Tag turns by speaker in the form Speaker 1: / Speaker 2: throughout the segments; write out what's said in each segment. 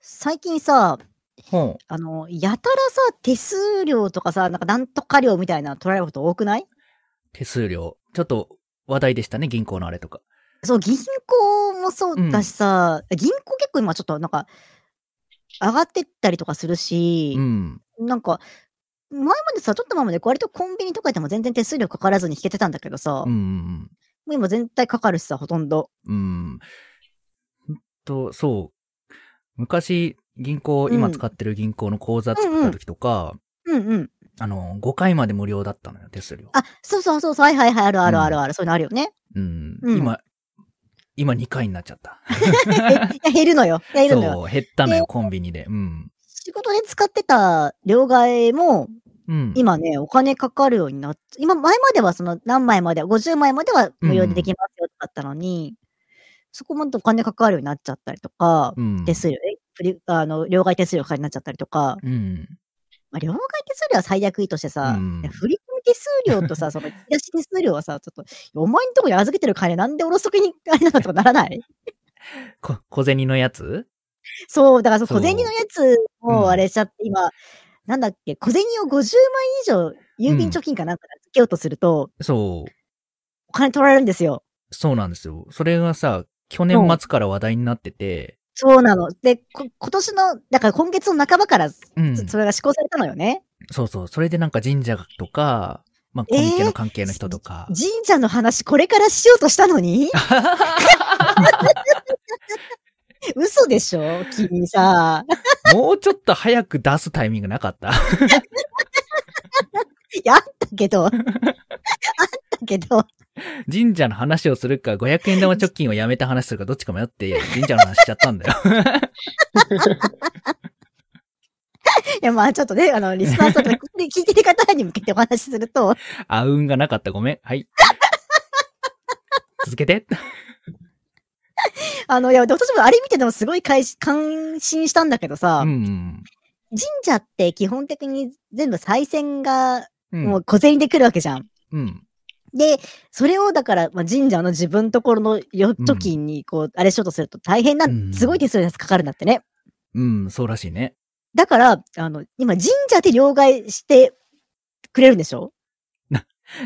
Speaker 1: 最近さ、
Speaker 2: ほう。
Speaker 1: あの、やたらさ、手数料とかさ、なんかなんとか料みたいな取られること多くない
Speaker 2: 手数料。ちょっと話題でしたね、銀行のあれとか。
Speaker 1: そう、銀行もそうだしさ、銀行結構今ちょっとなんか、上がってったりとかするし
Speaker 2: う、ん。
Speaker 1: なんか、前までさ、ちょっと前まで割とコンビニとかでも全然手数料かからずに引けてたんだけどさ、
Speaker 2: うん
Speaker 1: も
Speaker 2: うん
Speaker 1: う今全体かかるしさ、ほとんど。
Speaker 2: うん。うん。ほんと、そう。昔、銀行、
Speaker 1: うん
Speaker 2: 今使ってる銀行の口座作った時とか、
Speaker 1: うんうん。
Speaker 2: あの、5回まで無料だったのよ、手数料。
Speaker 1: あ、そうそうそうそう、はいはいはい、あるあるあるある、そういうのあるよね。
Speaker 2: うん。
Speaker 1: うん
Speaker 2: 今、今2回になっちゃった。
Speaker 1: えいや減るのよ。いや減るのよ。
Speaker 2: そう、減ったの
Speaker 1: で
Speaker 2: よ、コンビニで。うん。
Speaker 1: 仕事で使ってた両替も、
Speaker 2: うん。
Speaker 1: 今ね、お金かかるようになっ今、前まではその何枚まで、50枚までは無料でできますよだったのに、そこもお金かかるようになっちゃったりとか、
Speaker 2: うん。
Speaker 1: 手数料、えプリあの、両替手数料かかりになっちゃったりとか、
Speaker 2: うん。
Speaker 1: まあ、両替手数料は最悪いいとしてさ、
Speaker 2: うん
Speaker 1: いや振り込み手数料と さ、その引き出し手数料はさ、ちょっと、お前のとこに預けてる金なんでおろそけにあれなのとかならない
Speaker 2: こ小銭のやつ
Speaker 1: そう、だからそ
Speaker 2: そう
Speaker 1: の小銭のやつ
Speaker 2: う
Speaker 1: も
Speaker 2: ん
Speaker 1: あれしちゃって、今、なんだっけ、小銭を50万以上郵便貯金かなんかに預けようとすると、
Speaker 2: そう。
Speaker 1: お金取られるんですよ。
Speaker 2: そうなんですよ。それがさ、去年末から話題になってて、
Speaker 1: そうなの。で、こ今年の、だから今月の半ばから、
Speaker 2: うん。
Speaker 1: そそれが施行されたのよね。
Speaker 2: そうそう。それでなんか神社とか、まあ、コ
Speaker 1: えー
Speaker 2: ミケの関係の人とか。
Speaker 1: 神社の話、これからしようとしたの に嘘でしょ君さ。
Speaker 2: もうちょっと早く出すタイミングなかった
Speaker 1: いや、あったけど。あったけど。
Speaker 2: 神社の話をするか、500円玉貯金をやめた話するか、どっちか迷って、神社の話しちゃったんだよ。
Speaker 1: いや、まあちょっとね、あの、リスナーさんとか、ここで聞いてる方に向けてお話しすると、
Speaker 2: あうんがなかった。ごめん。はい。続けて。
Speaker 1: あの、いや、私もあれ見てでもすごい感心感心したんだけどさ、
Speaker 2: うん。
Speaker 1: 神社って基本的に全部再選が、
Speaker 2: うん。
Speaker 1: もう小銭で来るわけじゃん。
Speaker 2: うん。
Speaker 1: で、それをだから、まあ、神社の自分ところの預貯金に、こう、あれしようとすると大変な、
Speaker 2: うん
Speaker 1: すごい手数料がかかるんだってね。
Speaker 2: うん。そうらしいね。
Speaker 1: だから、あの、今、神社で両替してくれるんでしょ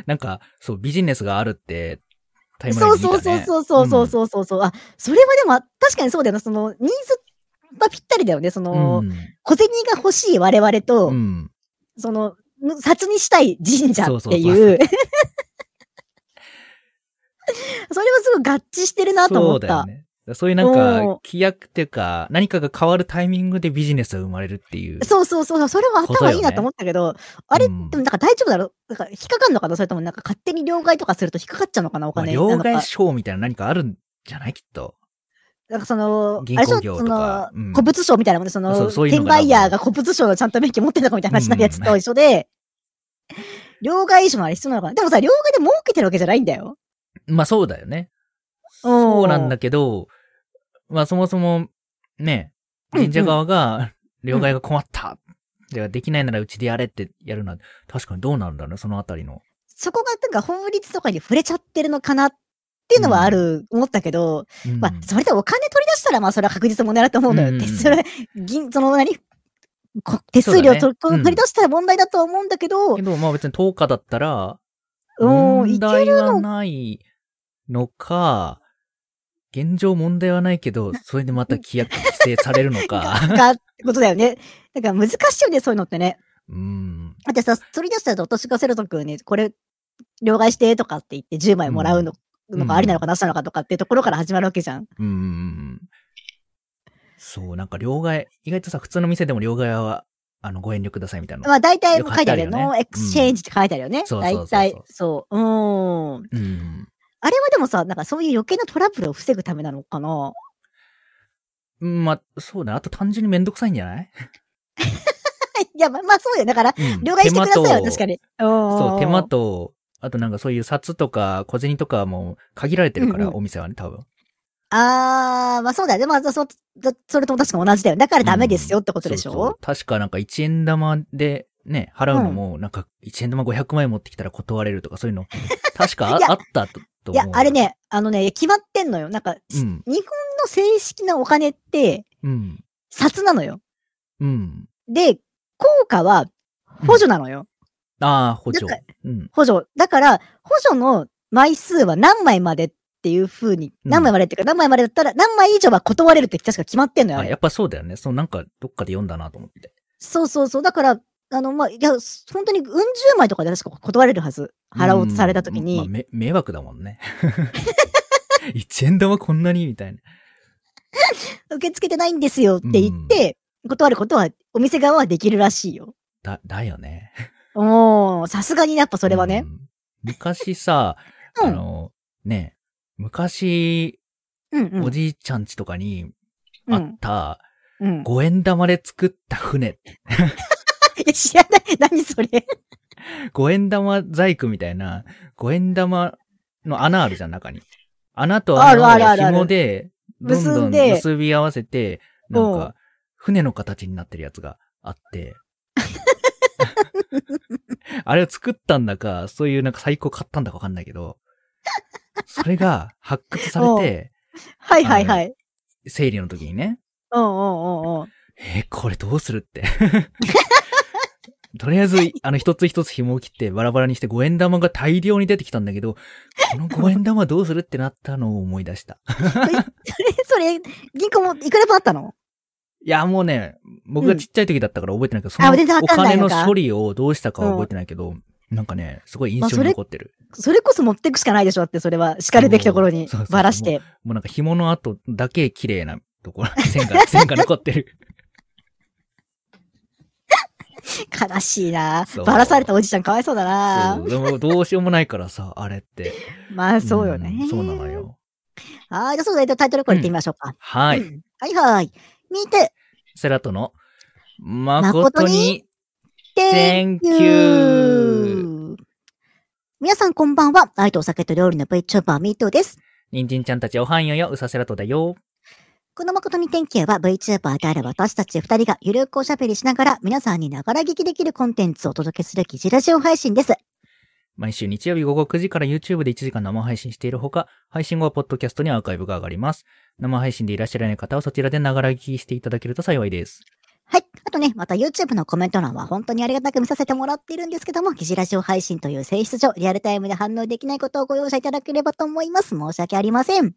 Speaker 2: なんか、そう、ビジネスがあるって、タイムライ
Speaker 1: そう
Speaker 2: ンで見た
Speaker 1: そ
Speaker 2: ね。
Speaker 1: うそうそうそうそうそうそうあ、それはでも、確かにそうだよな、その、ニーズはぴったりだよね、その、
Speaker 2: うん。
Speaker 1: 小銭が欲しい我々と、
Speaker 2: うん。
Speaker 1: その、む札にしたい神社
Speaker 2: そう
Speaker 1: っ
Speaker 2: そう
Speaker 1: て
Speaker 2: そう
Speaker 1: いう。 それはすごい合致してるなと思
Speaker 2: そう
Speaker 1: っ
Speaker 2: だよ
Speaker 1: た。
Speaker 2: ね。そういうなん
Speaker 1: おー
Speaker 2: か、規約っていうか、何かが変わるタイミングでビジネスが生まれるっていう。
Speaker 1: そうそうそう、それは頭いいなと思ったけど、あれ、
Speaker 2: うん
Speaker 1: でもなんか大丈夫だろなんか引っかかんのかなそれともなんか勝手に両替とかすると引っかかっちゃうのかなお
Speaker 2: まあ
Speaker 1: 金。
Speaker 2: 両
Speaker 1: なのか
Speaker 2: 替商みたいな何かあるんじゃないきっと。
Speaker 1: なんかその、
Speaker 2: 銀
Speaker 1: あれでし
Speaker 2: 行
Speaker 1: ょ
Speaker 2: 業
Speaker 1: そ
Speaker 2: と
Speaker 1: の
Speaker 2: か、うん
Speaker 1: 古物商みたいなもんで、その、
Speaker 2: そうそういう
Speaker 1: 転
Speaker 2: のが
Speaker 1: 売ヤーが古物商のちゃんと免許持ってんのかみたいな話のやつと一緒で、 両替商のあれ必要なのかなでもさ、両替で儲けてるわけじゃないんだよ。
Speaker 2: まあそうだよね。
Speaker 1: おー
Speaker 2: そうなんだけど、まあそもそも、ね、
Speaker 1: うんうん
Speaker 2: 神社側が、 両替が困った。ではできないならうちでやれってやるのは、確かにどうなんだろうね、そのあたりの。
Speaker 1: そこがなんか法律とかに触れちゃってるのかなっていうのはある、思ったけど、
Speaker 2: うん
Speaker 1: まあ、それでお金取り出したら、まあ、それは確実なもんだなと思うんだよ。
Speaker 2: うん
Speaker 1: 手数料銀、その何、こ手数
Speaker 2: そ
Speaker 1: 料
Speaker 2: うだ
Speaker 1: と、
Speaker 2: ね
Speaker 1: こ
Speaker 2: う
Speaker 1: の
Speaker 2: ん
Speaker 1: 取り出したら問題だと思うんだけど、
Speaker 2: けど、まあ別に10日だったら、
Speaker 1: うん、い
Speaker 2: 問
Speaker 1: け
Speaker 2: 題はないのか、現状問題はないけど、それでまた規約規制されるのか。
Speaker 1: るかってことだよね。だから難しいよね、そういうのってね。
Speaker 2: うん。
Speaker 1: だってさ、取り出したら私がセロト君に、これ、両替してとかって言って10枚もらうの,、
Speaker 2: うん
Speaker 1: のがありなのかなしなのかとかっていうところから始まるわけじゃん。
Speaker 2: うん。そう、なんか両替、意外とさ、普通の店でも両替は、あの、ご遠慮くださいみたいな。
Speaker 1: まあ、大体
Speaker 2: よ
Speaker 1: 書
Speaker 2: く
Speaker 1: いてあるよ。
Speaker 2: 書いてあるよ
Speaker 1: ノ
Speaker 2: ね
Speaker 1: ーエクスチェンジって書いてあるよね。
Speaker 2: そうそうそ
Speaker 1: 大
Speaker 2: うそう
Speaker 1: 体。そう。うーん。
Speaker 2: うん。
Speaker 1: あれはでもさ、なんかそういう余計なトラブルを防ぐためなのかな
Speaker 2: うんまあ、そうだね。あと単純にめんどくさいんじゃない、
Speaker 1: い や、まあ、まあ、そうよ。だから、
Speaker 2: うん
Speaker 1: 両替してください
Speaker 2: 手間
Speaker 1: よ、
Speaker 2: と
Speaker 1: 確かに。
Speaker 2: そう、手間
Speaker 1: 間
Speaker 2: と、あとなんかそういう札とか小銭とかも限られてるから、
Speaker 1: うんうん
Speaker 2: お店はね、多分。
Speaker 1: あー、まあそうだよね。まあ、そ、そそれとも確か同じだよ。だからダメですよってことでしょ、
Speaker 2: そうそう確かなんか1円玉でね、払うのも、なんか1円玉500枚持ってきたら断れるとか そういうの、確かあ
Speaker 1: いや
Speaker 2: あったとと思う。
Speaker 1: いや、あれ。ね、あのね、決まってんのよ。なんか、
Speaker 2: うん。
Speaker 1: 日本の正式なお金って、
Speaker 2: うん。
Speaker 1: 札なのよ。
Speaker 2: うん。
Speaker 1: で、効果は補助なのよ。
Speaker 2: ああ、補助
Speaker 1: なん。
Speaker 2: うん。
Speaker 1: 補助。だから、補助の枚数は何枚までっていう風に、
Speaker 2: うん
Speaker 1: 何枚までっていうか、何枚までだったら、何枚以上は断れるって確か決まってんのよ、あ
Speaker 2: あ、
Speaker 1: れ
Speaker 2: やっぱそうだよね。そのなんか、どっかで読んだなと思って。
Speaker 1: そうそうそう。だから、あの、まあ、いや、す本当にうん十枚とかで確か断れるはず。払おうとされた時
Speaker 2: うんまあ
Speaker 1: に。
Speaker 2: め迷惑だもんね。1円玉こんなにみたいな。
Speaker 1: 受け付けてないんですよって言って、断ることは、お店側はできるらしいよ。
Speaker 2: だ、だよね。
Speaker 1: おー、さすがにやっぱそれはね
Speaker 2: う。ん。昔さ、
Speaker 1: うん
Speaker 2: あの、ね、昔、
Speaker 1: うんうん。
Speaker 2: おじいちゃんちとかに
Speaker 1: う
Speaker 2: あ
Speaker 1: ん
Speaker 2: っ。た、
Speaker 1: うん。
Speaker 2: 五円玉で作った船、
Speaker 1: いや、 知らない。何それ。
Speaker 2: 五円玉細工みたいな、五円玉の穴あるじゃん、中に。穴と
Speaker 1: あるある
Speaker 2: 穴
Speaker 1: あ
Speaker 2: を
Speaker 1: るある
Speaker 2: 紐で、どんど
Speaker 1: 結ん
Speaker 2: ん
Speaker 1: で
Speaker 2: 結び合わせて、なん
Speaker 1: う
Speaker 2: か、船の形になってるやつが あって、あれを作ったんだか、そういうなんか最高買ったんだかわかんないけど、それが発掘されて、
Speaker 1: はいはいはい。
Speaker 2: 整理の時にね、
Speaker 1: うんうんうんうん。
Speaker 2: えーこれどうするって。 とりあえず、あの、一つ一つ紐を切ってバラバラにして五円玉が大量に出てきたんだけど、この五円玉どうするってなったのを思い出した。
Speaker 1: え、それ、銀行もいくら分あったの
Speaker 2: いや、もうね、僕がちっちゃい時だったから覚えてないけど、そ
Speaker 1: あ全然
Speaker 2: の
Speaker 1: わ
Speaker 2: お
Speaker 1: かんな
Speaker 2: 金
Speaker 1: いの
Speaker 2: の
Speaker 1: か
Speaker 2: 処理をどうしたかは覚えてないけど、なんかね、すごい印
Speaker 1: まあ
Speaker 2: 象
Speaker 1: そ
Speaker 2: に
Speaker 1: れ
Speaker 2: 残ってる。
Speaker 1: それこそ持ってくしかないでしょだって、それは。叱るべきところに
Speaker 2: そうそうそう
Speaker 1: ばらして。
Speaker 2: もうなんか紐の後だけ綺麗なところ、線が、線が残ってる。
Speaker 1: 悲しいな
Speaker 2: そう
Speaker 1: ばらされたおじちゃんかわいそうだな
Speaker 2: そう、でもどうしようもないからさ、あれって。
Speaker 1: まあ、 そうよね。
Speaker 2: んそうなの。よ。
Speaker 1: はい、じゃあそうだ、タイトルコールいってみましょうか。
Speaker 2: は
Speaker 1: う
Speaker 2: い。
Speaker 1: んはいはい。見て、
Speaker 2: セラトの、
Speaker 1: 誠
Speaker 2: 誠
Speaker 1: に
Speaker 2: に、
Speaker 1: Thank
Speaker 2: Thank
Speaker 1: you!
Speaker 2: you
Speaker 1: 皆さんこんばんは。愛とお酒と料理の VTuber ミートです。
Speaker 2: ニンジンちゃんたちおはんよよ、うさセラトだよ。
Speaker 1: この誠に天気は VTuber である私たち二人がゆるくおしゃべりしながら皆さんにながら聞きできるコンテンツをお届けする記事ラジオ配信です。
Speaker 2: 毎週日曜日午後9時から YouTube で1時間生配信しているほか、配信後はポッドキャストにアーカイブが上がります。生配信でいらっしゃらない方はそちらでながら聞きしていただけると幸いです。
Speaker 1: はい。あとね、また YouTube のコメント欄は本当にありがたく見させてもらっているんですけども、記事ラジオ配信という性質上、リアルタイムで反応できないことをご容赦いただければと思います。申し訳ありません。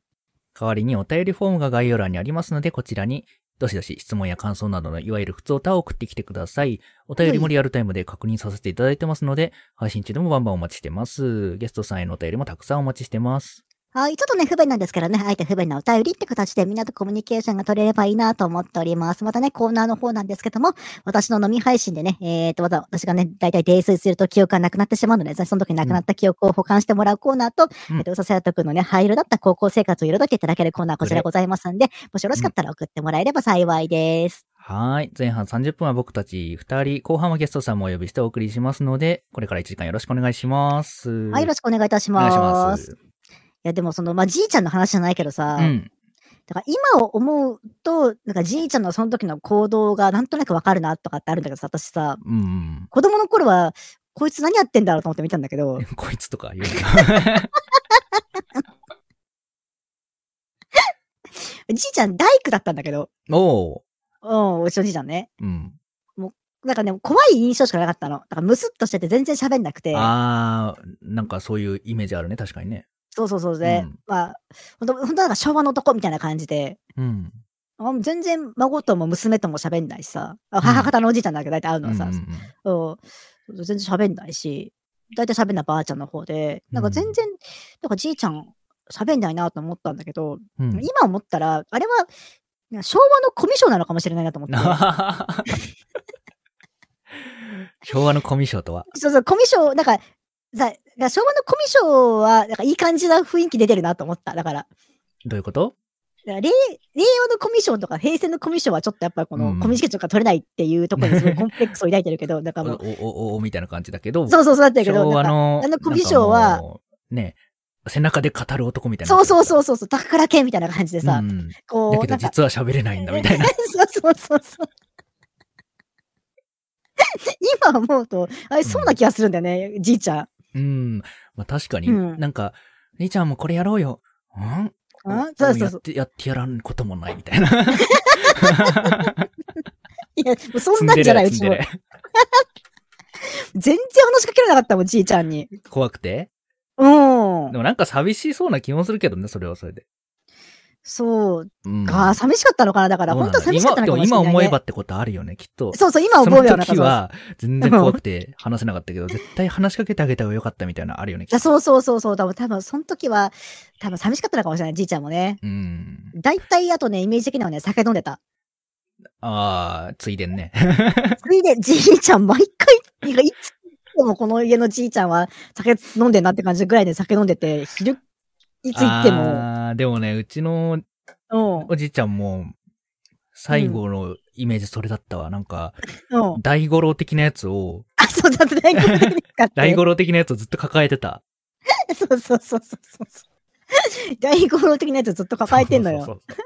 Speaker 2: 代わりにお便りフォームが概要欄にありますので、こちらに、どしどし質問や感想などのいわゆる普通歌を送ってきてください。お便りもリアルタイムで確認させていただいてますので、配信中でもバンバンお待ちしてます。ゲストさんへのお便りもたくさんお待ちしてます。
Speaker 1: はい。ちょっとね、不便なんですけどね、あえて不便なお便りって形でみんなとコミュニケーションが取れればいいなと思っております。またね、コーナーの方なんですけども、私の飲み配信でね、えーと、また私がね、大体泥酔すると記憶がなくなってしまうので、その時なくなった記憶を保管してもらうコーナーと、
Speaker 2: うん
Speaker 1: えっと、うさせやとくんのね、灰色だった高校生活を彩っていただけるコーナー、こちらございますんで、もしよろしかったら送ってもらえれば幸いです。
Speaker 2: はい。前半30分は僕たち2人、後半はゲストさんもお呼びしてお送りしますので、これから1時間よろしくお願いします。
Speaker 1: はい、よろしくお願いいたし
Speaker 2: お願
Speaker 1: ま
Speaker 2: い
Speaker 1: す。
Speaker 2: し
Speaker 1: い
Speaker 2: ます。
Speaker 1: や、でもその、まあ、じいちゃんの話じゃないけどさ、
Speaker 2: うん。
Speaker 1: だから今を思うと、なんかじいちゃんのその時の行動がなんとなくわかるなとかってあるんだけどさ、私さ、
Speaker 2: うん。
Speaker 1: 子供の頃は、こいつ何やってんだろうと思って見たんだけど、
Speaker 2: こいつとか言うな
Speaker 1: じいちゃん大工だったんだけど、
Speaker 2: おう。
Speaker 1: うん、うちのじいちゃんね。
Speaker 2: うん。
Speaker 1: なんかね、怖い印象しかなかったの。だからムスッとしてて全然喋んなくて、
Speaker 2: あー、なんかそういうイメージあるね、確かにね。
Speaker 1: そうそうそうで、
Speaker 2: うん
Speaker 1: まあ、本当本当なんか昭和の男みたいな感じで、
Speaker 2: うん。
Speaker 1: あもう全然孫とも娘とも喋んないしさ、あ母方のおじいちゃんだけど大体会うのはさ、
Speaker 2: うんうんうん
Speaker 1: うん、全然喋んないし、大体喋んないばあちゃんの方で、なんか全然、なんかじいちゃん喋んないなと思ったんだけど、
Speaker 2: うん
Speaker 1: 今思ったら、あれは昭和のコミュ障なのかもしれないなと思 って。
Speaker 2: 昭和のコミュ障とは。
Speaker 1: そうそう、コミュ障、なんか、さ昭和のコミュ障は、なんかいい感じな雰囲気出てるなと思った。だから、だか
Speaker 2: どういうこと
Speaker 1: ら令令和のコミュ障とか平成のコミュ障はちょっとやっぱこの
Speaker 2: うん
Speaker 1: コミュニケーションが取れないっていうところにす ごいコンプレックスを抱いてるけど、だ
Speaker 2: お
Speaker 1: からもう、
Speaker 2: おおおみたいな感じだけど、
Speaker 1: そうそうそうだったけど、
Speaker 2: 昭和
Speaker 1: なんか
Speaker 2: の、
Speaker 1: あのコミュ障は
Speaker 2: なんかもう、ね、背中で語る男みたいな。
Speaker 1: そうそう
Speaker 2: う
Speaker 1: そうそうそう、宝剣みたいな感じでさ、
Speaker 2: ん
Speaker 1: こう、
Speaker 2: だけ
Speaker 1: な
Speaker 2: ど
Speaker 1: んか
Speaker 2: 実は喋れないんだみたいな。
Speaker 1: そうそうそうそう。今思うと、あれ、そうな気がするんだよね、じいちゃん。
Speaker 2: うん。まあ確かに、
Speaker 1: うん
Speaker 2: なんか、兄ちゃんもこれやろうよ。ん
Speaker 1: うんそうそう
Speaker 2: や
Speaker 1: そ
Speaker 2: っ
Speaker 1: う。
Speaker 2: て、やってやらんこともないみたいな。
Speaker 1: いや、もうそんなんじゃない、う
Speaker 2: ツン
Speaker 1: ち
Speaker 2: デ
Speaker 1: も
Speaker 2: レ。ツンデ
Speaker 1: 全然話しかけられなかったもん、じいちゃん に。
Speaker 2: レ怖くて
Speaker 1: うん
Speaker 2: で。もなんか寂しそうな気もするけどね、それはそれで。
Speaker 1: そう。
Speaker 2: うん。
Speaker 1: あー寂しかったのかな、だから。
Speaker 2: どう
Speaker 1: 本
Speaker 2: なん
Speaker 1: 当は
Speaker 2: だ
Speaker 1: 寂しかったのかもしれ
Speaker 2: 今
Speaker 1: ない、
Speaker 2: で
Speaker 1: ね。
Speaker 2: も今思えばってことあるよね、きっと。
Speaker 1: そうそう、今思うような
Speaker 2: その時
Speaker 1: さ。
Speaker 2: は、全然怖くて話せなかったけど、絶対話しかけてあげた方がよかったみたいなのあるよね、きっ
Speaker 1: いや
Speaker 2: と。
Speaker 1: そうそうそうそう。多分、多分その時は、多分寂しかったのかもしれない、じいちゃんもね。
Speaker 2: うん。
Speaker 1: 大体、あとね、イメージ的にはね、酒飲んでた。
Speaker 2: ああ、ついでんね。
Speaker 1: それで、じいちゃん、毎回、いつでもこの家のじいちゃんは酒飲んでんなって感じぐらいで酒飲んでて、昼、いつ行っても。
Speaker 2: あーでもね、うちの
Speaker 1: うん
Speaker 2: おじいちゃんも、最後のイメージそれだったわ。なんか、
Speaker 1: うん。
Speaker 2: 大五郎的なやつを、
Speaker 1: あ、そうだって、大五郎的かって。
Speaker 2: 大五郎的なやつをずっと抱えてた。
Speaker 1: そうそうそうそうそうそう。大五郎的なやつずっと抱えてんのよ。
Speaker 2: そうそうそうそう。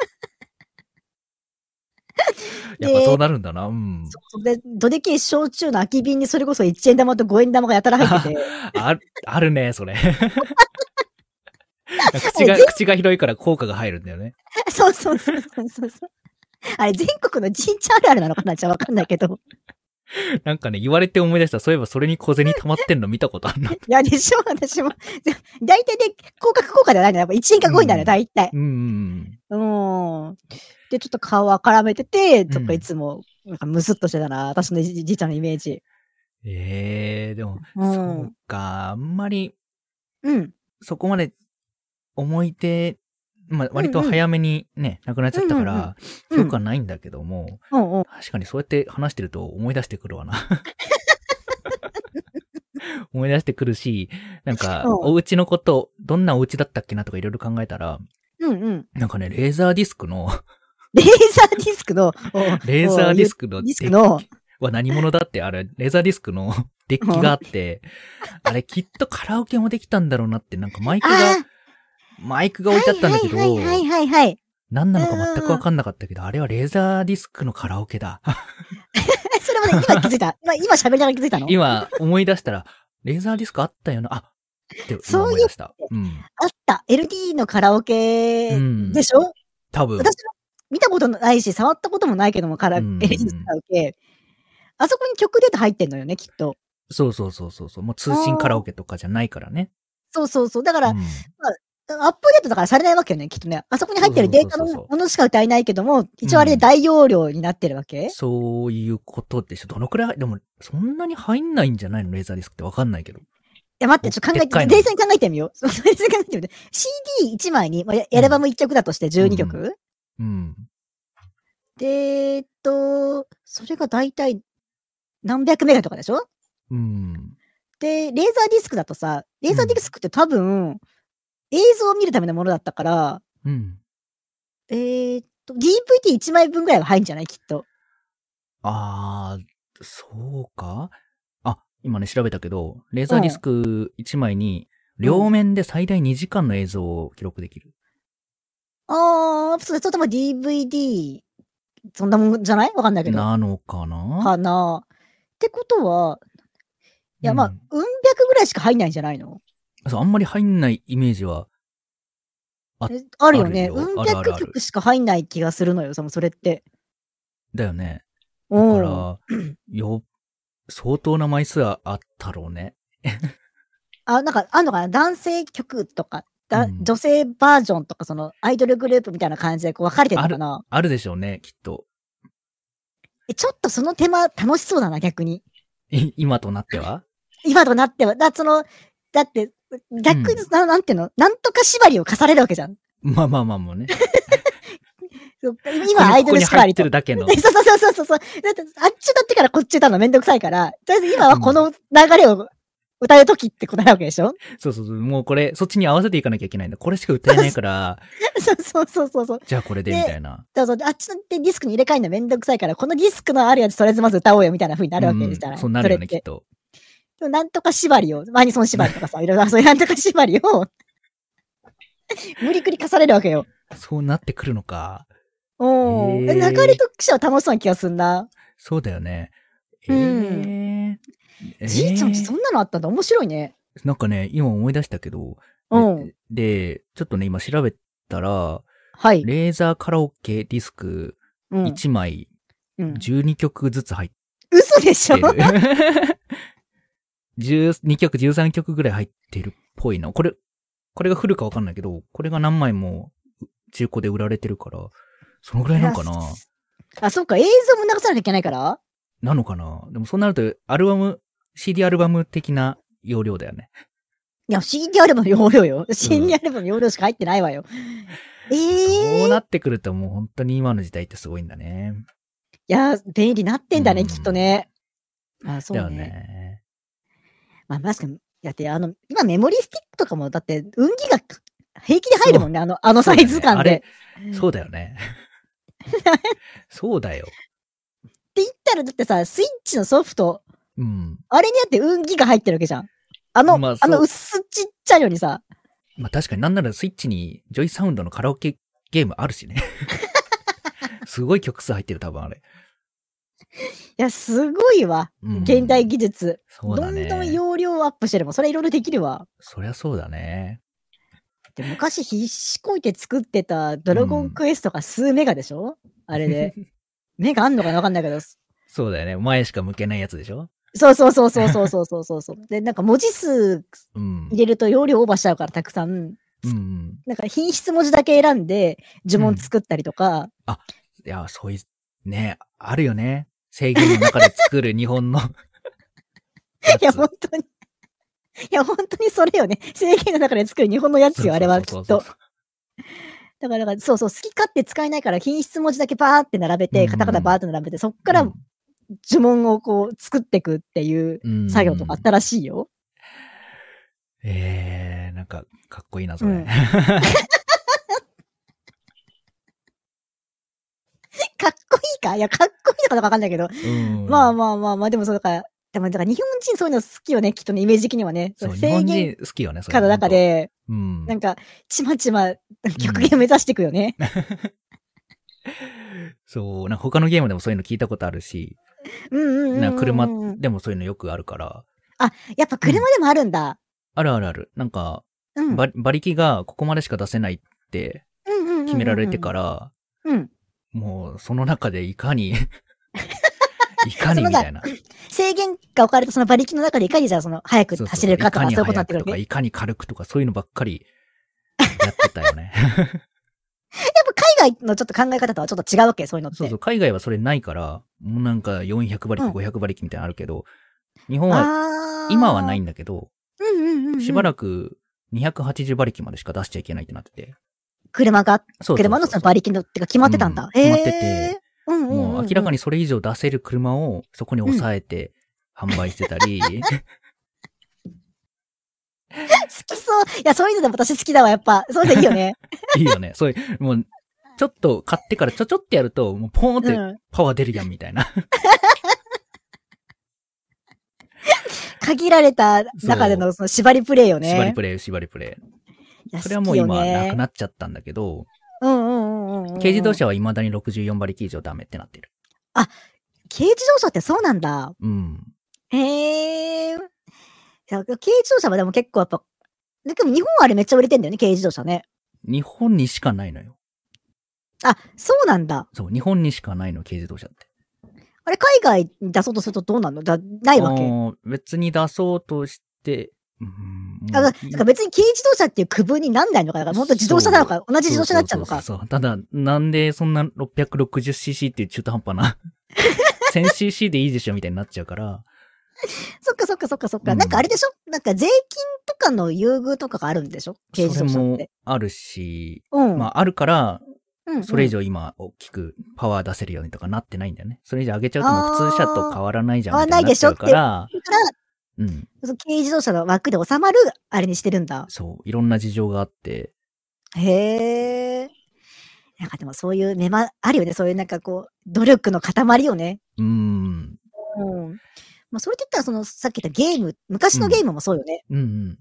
Speaker 2: やっぱそうなるんだな。うん。
Speaker 1: で、どでけえ焼酎の空き瓶にそれこそ1円玉と5円玉がやたら入ってて、
Speaker 2: ある、あるね、それ。 口
Speaker 1: あ
Speaker 2: が、
Speaker 1: れ
Speaker 2: 口が広いから効果が入るんだよね。
Speaker 1: そうそうそうそうそうそう。あれ、全国の神社あるあるなのかなじゃあわかんないけど。
Speaker 2: なんかね、言われて思い出した。そういえばそれに小銭溜まってんの見たことあ るな。
Speaker 1: いや、でしょ、私も。 で大体ね、広角効果じゃないのやっぱ1円か5円だね、
Speaker 2: うん
Speaker 1: 大体。
Speaker 2: うんうんうん。
Speaker 1: うん。で、ちょっと顔を絡めてて、と
Speaker 2: うん
Speaker 1: かいつも、なんかムスッとしてたな、私のじじいちゃんのイメージ。
Speaker 2: ええでも、
Speaker 1: うん
Speaker 2: そうか、あんまり、
Speaker 1: うん。
Speaker 2: そこまで、思い出、まあ、割と
Speaker 1: うんうん
Speaker 2: 早めにね、亡くなっちゃった
Speaker 1: うん
Speaker 2: か
Speaker 1: うん
Speaker 2: ら、
Speaker 1: う
Speaker 2: 記
Speaker 1: ん
Speaker 2: 憶。はないんだけども、
Speaker 1: うんうん。
Speaker 2: 確かにそうやって話してると思い出してくるわな。 思い出してくるし、なんか、
Speaker 1: うん
Speaker 2: お家のこと、どんなお家だったっけなとかいろいろ考えたら、
Speaker 1: うんうん。
Speaker 2: なんかね、レーザーディス クの、
Speaker 1: レーザーディスクの、
Speaker 2: レーザーディスクの
Speaker 1: ディス
Speaker 2: デ
Speaker 1: ク
Speaker 2: ッ
Speaker 1: の、
Speaker 2: は何者だって、あれ、レーザーディスクのデッキがあ って、あれきっとカラオケもできたんだろうなって、なんかマイク
Speaker 1: あ
Speaker 2: が、マイクが置いてあったんだけど、
Speaker 1: はいはいはいはいはいはい。
Speaker 2: 何なのか全くわかんなかったけど、あれはレーザーディスクのカラオケだ。
Speaker 1: え、それもね、今気づいた。今、今喋りながら気づいたの
Speaker 2: 今思い出したら、レーザーディスクあったよな、あって今思い出した。うん。
Speaker 1: あった。LD のカラオケ
Speaker 2: うん
Speaker 1: でしょ、
Speaker 2: 多分
Speaker 1: 私。は見たことないし、触ったこともないけども、カラ、
Speaker 2: うん
Speaker 1: LD のカラオケ。あそこに曲データ入ってんのよね、きっと。
Speaker 2: そうそうそうそうそう。もう通信カラオケとかじゃないからね。
Speaker 1: そうそうそう。だから、
Speaker 2: う
Speaker 1: アッ
Speaker 2: ん
Speaker 1: プデートだからされないわけよね、きっとね。あそこに入ってるデータの
Speaker 2: そうそうそうそ
Speaker 1: も
Speaker 2: う
Speaker 1: のしか歌えないけども、一応あれで大容量になってるわけ、
Speaker 2: そういうことでしょ。どのくらい、でも、そんなに入んないんじゃないのレーザーディスクってわかんないけど。
Speaker 1: いや、待って、ちょっと考
Speaker 2: で
Speaker 1: え
Speaker 2: っか
Speaker 1: て、
Speaker 2: いの
Speaker 1: 冷静に考えてみよう。そう冷静に考えてみて。CD1 枚に、まあ、やアルバム1曲だとして12曲、
Speaker 2: うんうん。
Speaker 1: で、えっと、それが大体何百メガとかでしょ
Speaker 2: うん。
Speaker 1: で、レーザーディスクだとさ、レーザーディスクって多分、映像を見るためのものだったから、
Speaker 2: うん。
Speaker 1: えーっと、DVD1 枚分ぐらいは入るんじゃないきっと。
Speaker 2: あー、そうかあ、今ね、調べたけど、レーザーディスク1枚に、両面で最大2時間の映像を記録できる。
Speaker 1: あー、そうだ、ちょっとまあ DVD、そんなもんじゃないわかんないけど。
Speaker 2: なのかな
Speaker 1: かなってことは、いや、まあ、
Speaker 2: う
Speaker 1: うん
Speaker 2: ん、
Speaker 1: 百ぐらいしか入んないんじゃないの
Speaker 2: そう、あんまり入んないイメージは、あ
Speaker 1: えあるよね。
Speaker 2: あるよ
Speaker 1: うん
Speaker 2: あるある
Speaker 1: 百
Speaker 2: ある
Speaker 1: 曲しか入んない気がするのよ、そのそれって。
Speaker 2: だよね。
Speaker 1: う
Speaker 2: だか
Speaker 1: ん。
Speaker 2: ら、 よ、相当な枚数あったろうね。
Speaker 1: あ、なんか、あんのかな男性曲とか、だ
Speaker 2: うん
Speaker 1: 女性バージョンとか、その、アイドルグループみたいな感じで、こう、分かれてるのかな
Speaker 2: あるでしょうね、きっと。
Speaker 1: えちょっとその手間、楽しそうだな、逆に。
Speaker 2: い今となっては
Speaker 1: 今となっては、だ、その、だって、逆に、
Speaker 2: う
Speaker 1: ななんていうのなんとか縛りを課されるわけじゃん。
Speaker 2: まあまあまあもうね。
Speaker 1: そう
Speaker 2: ここ に
Speaker 1: 今、アイドル
Speaker 2: ここに
Speaker 1: 縛
Speaker 2: 入
Speaker 1: り
Speaker 2: っ
Speaker 1: と。
Speaker 2: てるだけの
Speaker 1: で。そうそうそうそうそう。だって、あっちだってからこっちだのめんどくさいから、とりあえず今はこの流れを歌うときってことなわけでしょ、
Speaker 2: そうそうそう。もうこれ、そっちに合わせていかなきゃいけないんだ。これしか歌えないから、
Speaker 1: そうそうそうそうそう。
Speaker 2: じゃあこれで、
Speaker 1: で
Speaker 2: みたいな。
Speaker 1: そうそうであっちでディスクに入れ替えるのめんどくさいから、このディスクのあるやつとりあえずまず歌おうよみたいな風になるわけですから、
Speaker 2: うんそうなるよね、
Speaker 1: そ
Speaker 2: き
Speaker 1: れっ。
Speaker 2: ってと。
Speaker 1: でもなんとか縛りを、マニソン縛りとかさ、いろいろ、そういうなんとか縛り を、無理くり課されるわけよ。
Speaker 2: そうなってくるのか。
Speaker 1: おー
Speaker 2: へー
Speaker 1: 流れとしては楽しそうな気がすんな。
Speaker 2: そうだよね。え
Speaker 1: うん
Speaker 2: ーえー
Speaker 1: じいちゃんちそんなのあったんだ。面白いね。
Speaker 2: なんかね、今思い出したけど、
Speaker 1: うん。
Speaker 2: で、ちょっとね、今調べったら、
Speaker 1: はい。
Speaker 2: レーザーカラオケディスク
Speaker 1: うん。
Speaker 2: 1枚
Speaker 1: うん、
Speaker 2: 12曲ずつ入っ
Speaker 1: 嘘でしてょ
Speaker 2: る。12曲、13曲ぐらい入ってるっぽいな。これ、これがフルかわかんないけど、これが何枚も中古で売られてるから、そのぐらいなのかな
Speaker 1: あ、そうか。映像も流さなきゃいけないから
Speaker 2: なのかなでもそうなると、アルバム、CD アルバム的な容量だよね。
Speaker 1: いや、CD アルバム容量よ。CD アルバム容量しか入ってないわよ。ええ
Speaker 2: そう
Speaker 1: ー。い
Speaker 2: なってくるともう本当に今の時代ってすごいんだね。
Speaker 1: や、便利になってんだね、
Speaker 2: うん
Speaker 1: きっとね。あ、そう
Speaker 2: だ
Speaker 1: ね。
Speaker 2: よね。
Speaker 1: まあ、確かに。だって、あの、今メモリースティックとかも、だって、運気が平気で入るもんね、あの、あのサイズ感で。
Speaker 2: そうだ よね。そうだよ。
Speaker 1: って言ったら、だってさ、スイッチのソフト、
Speaker 2: うん。
Speaker 1: あれにだって運気が入ってるわけじゃん。あの、
Speaker 2: まあ
Speaker 1: あ、
Speaker 2: そう
Speaker 1: の薄ちっちゃいのにさ、
Speaker 2: まあ確かになんならスイッチにジョイサウンドのカラオケゲームある しね。すごい曲数入ってる多分あれ。
Speaker 1: いや、すごいわ。
Speaker 2: うん
Speaker 1: 現代技術。
Speaker 2: そう
Speaker 1: ど
Speaker 2: だ
Speaker 1: ん
Speaker 2: ね。
Speaker 1: どん容量アップしてるもん。それいろいろできるわ。
Speaker 2: そりゃそうだね。
Speaker 1: で昔必死こいて作ってたドラゴンクエストが数メガでしょ、あれ で。目があんのかなわかんないけど。
Speaker 2: そうだよね。前しか向けないやつでしょ
Speaker 1: そうそうそうそうそうそうそうそうそう。で、なんか文字数
Speaker 2: うん。
Speaker 1: 入れると容量オーバーしちゃうからたくさん。
Speaker 2: うん。
Speaker 1: なんか品質文字だけ選んで呪文作ったりとか、
Speaker 2: いや、そういう、ね、あるよね。制限の中で作る 日本のやつ。
Speaker 1: いや、本当に。いや、本当にそれよね。制限の中で作る日本のやつよ、あれはき
Speaker 2: そう
Speaker 1: っ
Speaker 2: そう
Speaker 1: と
Speaker 2: そう。そう。
Speaker 1: だから、だからそうそう、好き勝手使えないから、品質文字だけバーって並べ
Speaker 2: うん
Speaker 1: て、
Speaker 2: うん
Speaker 1: カタカタバーって並べて、そっから呪文をこう作っていくっていう
Speaker 2: うん
Speaker 1: 作業とかあったらしいよ。
Speaker 2: えー、なんか、かっこいいな、それ。
Speaker 1: うんかっこいいかいや、かっこいいのかどうかわかんないけど、
Speaker 2: うん
Speaker 1: まあまあまあまあ、でもそうだから、でもだから日本人そういうの好きよね、きっとね、イメージ的にはね。
Speaker 2: そう、日
Speaker 1: 制
Speaker 2: 本
Speaker 1: 限
Speaker 2: 人好きよね、それ
Speaker 1: 下の中。で、
Speaker 2: うん。
Speaker 1: なんか、ちまちま極限目指していくよね。
Speaker 2: そう、なんか他のゲームでもそういうの聞いたことあるし、
Speaker 1: うんうんうんうん。
Speaker 2: なんか車でもそういうのよくあるから、
Speaker 1: やっぱ車でもあるんだ。
Speaker 2: あるあるある。なんか、
Speaker 1: うん。。
Speaker 2: ば馬力がここまでしか出せないって決められてからら、
Speaker 1: うん。
Speaker 2: もうその中でいかに、 いかにみたいな。
Speaker 1: 制限が置かれたその馬力の中でいかにじゃあその早く走れるかとかそういうことになってく
Speaker 2: い
Speaker 1: る
Speaker 2: かに速くと
Speaker 1: ね。
Speaker 2: か、
Speaker 1: やっ
Speaker 2: いかに軽くとか、そういうのばっかりやってたよ ね。
Speaker 1: ぱ海外のちょっと考え方とはちょっと違うわけ、そういうのって。
Speaker 2: そうそう、海外はそれないから、もうなんか400馬力、
Speaker 1: うん
Speaker 2: 500馬力みたいなのあるけど、日本は
Speaker 1: あー
Speaker 2: 今はないんだけど、
Speaker 1: うんうんうんうん。
Speaker 2: しばらく280馬力までしか出しちゃいけないってなってて。
Speaker 1: 車が、
Speaker 2: そうそうそう
Speaker 1: 車のその馬力のってか決まってたんだ。
Speaker 2: うん決まってて
Speaker 1: へーうんうんうん
Speaker 2: もう明らかにそれ以上出せる車をそこに抑えて販売してたり、
Speaker 1: 好きそう。いや、そういうのでも私好きだわ、やっぱ。そういうのいいよ ね。
Speaker 2: いいよね。そういう、もう、ちょっと買ってからちょちょってやると、もうポーンっ
Speaker 1: う
Speaker 2: て
Speaker 1: ん。
Speaker 2: パワー出るやんみたいな。
Speaker 1: 限られた中でのその縛りプレイよね。
Speaker 2: 縛りプレイ、縛りプレ
Speaker 1: いや
Speaker 2: イ。それはもう今なく
Speaker 1: 好きよね
Speaker 2: なっちゃったんだけど、
Speaker 1: うんうんうんうんうん。
Speaker 2: 軽自動。車は未だに64馬力以上ダメってなってる。
Speaker 1: 軽自動車ってそうなんだ。
Speaker 2: うん。
Speaker 1: へえ。いや軽自動車はでも結構やっぱ、ででも日本はあれめっちゃ売れてんだよね、軽自動車ね。
Speaker 2: 日本にしかないのよ。
Speaker 1: あ、そうなんだ。
Speaker 2: そう、日本にしかないの、軽自動車って。
Speaker 1: あれ海外に出そうとするとどうなんのだないわけ。あ
Speaker 2: もう別に出そうとして、うん、もう
Speaker 1: だからだから別に軽自動車っていう区分になんないのか。だから本当自動車なのか、同じ自動車になっちゃうのか。
Speaker 2: そうそうそうそうただ、なんでそんな 660cc っていう中途半 端な、1000cc でいいでしょみたいになっちゃうから、
Speaker 1: そっかそっかそっかそっか。
Speaker 2: うん
Speaker 1: なんかあれでしょなんか税金とかの優遇とかがあるんでしょ
Speaker 2: そ
Speaker 1: 軽自
Speaker 2: れ
Speaker 1: 動車っ
Speaker 2: も
Speaker 1: て。
Speaker 2: あるし、
Speaker 1: うん。
Speaker 2: まああるから、
Speaker 1: うんうん
Speaker 2: それ以上今大きくパワー出せるようにとかなってないんだよね。それ以上上げちゃうともう普通車と変わらないじゃんみたいになっちゃうから、
Speaker 1: だから、
Speaker 2: うん、
Speaker 1: その軽自動車の枠で収まるあれにしてるんだ。
Speaker 2: そう、いろんな事情があって、
Speaker 1: へえ。なんかでもそういう目ま、あるよね。そういうなんかこう、努力の塊よね。
Speaker 2: うん、
Speaker 1: うん。まあそれって言ったら、その、さっき言ったゲーム、昔のゲームもそうよね。
Speaker 2: うん、うん。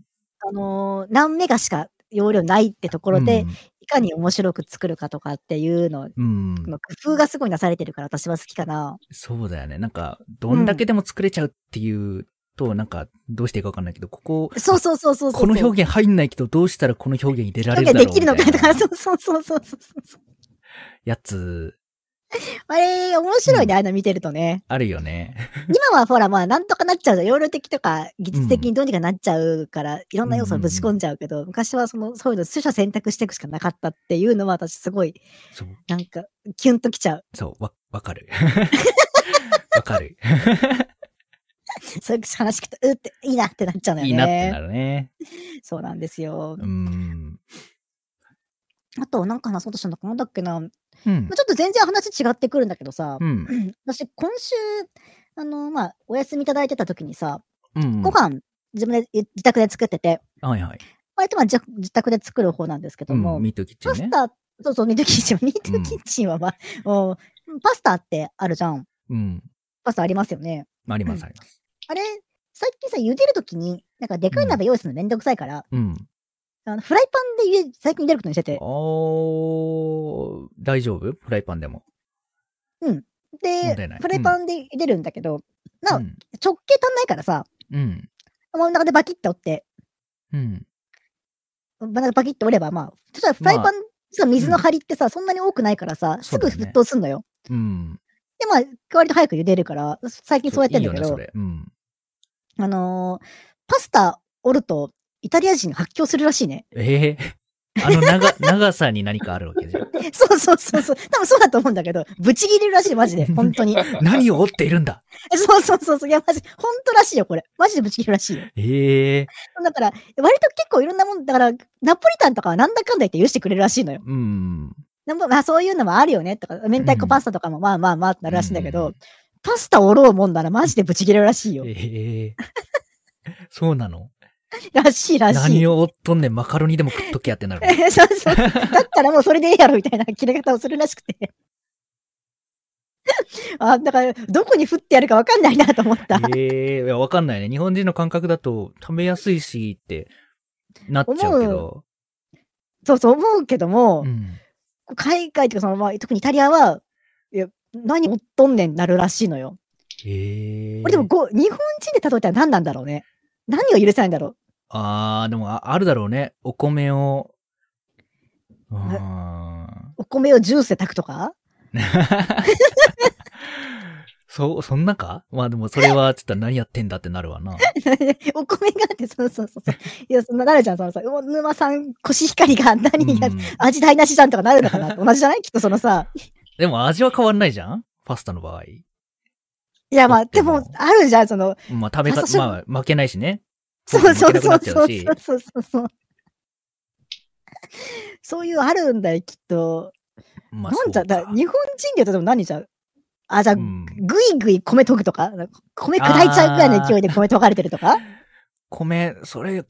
Speaker 1: あのー何メガしか容量ないってところで、
Speaker 2: うん
Speaker 1: いかに面白く作るかとかっていうの、
Speaker 2: うん、
Speaker 1: の工夫がすごいなされてるから私は好きかな。
Speaker 2: そうだよね。なんか、どんだけでも作れちゃうっていうと、なんか、どうしていいかわかんないけど、ここ、
Speaker 1: そうそうそうそうそう。
Speaker 2: この表現入んないけど、どうしたらこの表現に出られる
Speaker 1: 表現
Speaker 2: だろう
Speaker 1: できるのか
Speaker 2: みた
Speaker 1: と
Speaker 2: いな
Speaker 1: か、そうそうそうそうそうそう。
Speaker 2: やつ、
Speaker 1: あれ、面白いね、ああいうの見てるとね。
Speaker 2: あるよね。
Speaker 1: 今はほら、まあ、なんとかなっちゃうじゃん。容量的とか、技術的にどうにかなっちゃうから、いろんな要素をぶち込んじゃうけど、昔はその、そういうの、取捨選択していくしかなかったっていうのは、私すごい、
Speaker 2: そう、
Speaker 1: なんか、キュンときちゃう。
Speaker 2: そう、わ、わかる。わかる。
Speaker 1: そういう話聞くと、うって、いいなってなっちゃうのよね。
Speaker 2: いいなってなるね。
Speaker 1: そうなんですよ。
Speaker 2: うん。
Speaker 1: あと、なんか話そうとしたのかなんだっけな。ま
Speaker 2: うん
Speaker 1: あ、。ちょっと全然話違ってくるんだけどさ、
Speaker 2: うん。
Speaker 1: 私、今週、あの、まあ、お休みいただいてた時にさ、
Speaker 2: うん。
Speaker 1: ご飯、自分で、自宅で作ってて、
Speaker 2: はいはい。
Speaker 1: 割とまあ、じゃ自宅で作る方なんですけど
Speaker 2: うん
Speaker 1: も、、
Speaker 2: ミートキッチ
Speaker 1: パ
Speaker 2: ンね
Speaker 1: ス。タ、そうそう、ミートキッチン、ミートキッチンはまあ、もうパスタってあるじゃん。
Speaker 2: うん。
Speaker 1: パスタありますよね。
Speaker 2: ありますあります。
Speaker 1: あれ、最近さ、茹でるときに、なんかでかい鍋用意するのめんどくさいから、
Speaker 2: うん。
Speaker 1: あのフライパンで茹で最近茹でることにしてて。
Speaker 2: おー、大丈夫フライパンでも。問題
Speaker 1: で
Speaker 2: ない、
Speaker 1: フライパンで茹でるんだけど、な
Speaker 2: うん。
Speaker 1: 直径足んないからさ、
Speaker 2: うん。
Speaker 1: 真ん中でバキッと折って、
Speaker 2: うん。
Speaker 1: 真ん中でバキッと折れば、まあ、そしたらフライパン、実は水の張りってさ、そんなに多くないからさ、す
Speaker 2: そう
Speaker 1: ぐ
Speaker 2: だよね
Speaker 1: 沸騰すんのよ。
Speaker 2: うん。
Speaker 1: で、まあ、割と早く茹でるから、最近そうやってんだけ
Speaker 2: い
Speaker 1: ど、
Speaker 2: いよね、それ。うん。
Speaker 1: あのーパスタ折ると、イタリア人発狂するらしいね。
Speaker 2: ええ あの長、長さに何かあるわ けじゃん。
Speaker 1: そうそうそうそう。多分そうだと思うんだけど、ブチ切れるらしい、マジで。本 当に。
Speaker 2: 何を折っているんだ
Speaker 1: そうそうそうそう。いや、マジ、本当らしいよ、これ。マジでブチ切れるらしいよ。
Speaker 2: ええ
Speaker 1: だから、割と結構いろんなもん、だから、ナポリタンとかはなんだかんだ言って許してくれるらしいのよ。
Speaker 2: うん。
Speaker 1: なんぼまあ、そういうのもあるよね、とか、明太
Speaker 2: う
Speaker 1: 子
Speaker 2: ん
Speaker 1: パスタとかも、まあまあまあってなるらしいんだけど、
Speaker 2: うん
Speaker 1: パスタ折ろうもんならマジでブチ切れるらしいよ。
Speaker 2: ええそうなの
Speaker 1: らしいらし
Speaker 2: 何
Speaker 1: い。
Speaker 2: を折っとんねん、マカロニでも食っときやってなる。
Speaker 1: そうそうそう。だったらもうそれでええやろ、みたいな切れ方をするらしくて。 あ、だから、どこに振ってやるかわかんないなと思った。
Speaker 2: ええいや、わかんないね。日本人の感覚だと、食べやすいしって、なっちゃうけど。
Speaker 1: そうそう思うけども、
Speaker 2: うん。
Speaker 1: 海外というかその、まあ、特にイタリアは、いや何持っとんねんなるらしいのよ。
Speaker 2: ええ
Speaker 1: これでもご、日本人で例えたら何なんだろうね。何を許せないんだろ
Speaker 2: あー、でもあ、あるだろうね。お米を。うーん。
Speaker 1: う。お米をジュースで炊くとか
Speaker 2: そう、そんなかまあでも、それは、ちょっと何やってんだってなるわな。
Speaker 1: お米があって、そうそう そうそう。いや、そんななるじゃん、そのさ、お沼さん、コシヒカリが 何や、
Speaker 2: うん
Speaker 1: 味台無しじゃんとかなるのかなって同じじゃないきっとそのさ。
Speaker 2: でも、味は変わんないじゃんパスタの場合。
Speaker 1: いや、まあ、
Speaker 2: で
Speaker 1: で
Speaker 2: も
Speaker 1: も、あるじゃん、その、
Speaker 2: まあ、食べ
Speaker 1: パス
Speaker 2: 方、
Speaker 1: タ
Speaker 2: まあ、負けないしね。
Speaker 1: そうそうそう
Speaker 2: ち
Speaker 1: そう
Speaker 2: うし
Speaker 1: そうそうそう。 そういうあるんだよ、きっと。
Speaker 2: まあ、
Speaker 1: なんじゃ、だ
Speaker 2: そうか
Speaker 1: 日本人で言うとでも何じゃうあ、じゃあ、
Speaker 2: うん
Speaker 1: ぐいぐい米研ぐとか、なんか米砕いちゃうぐらいの勢いで米研がれてるとか、
Speaker 2: 米、それ、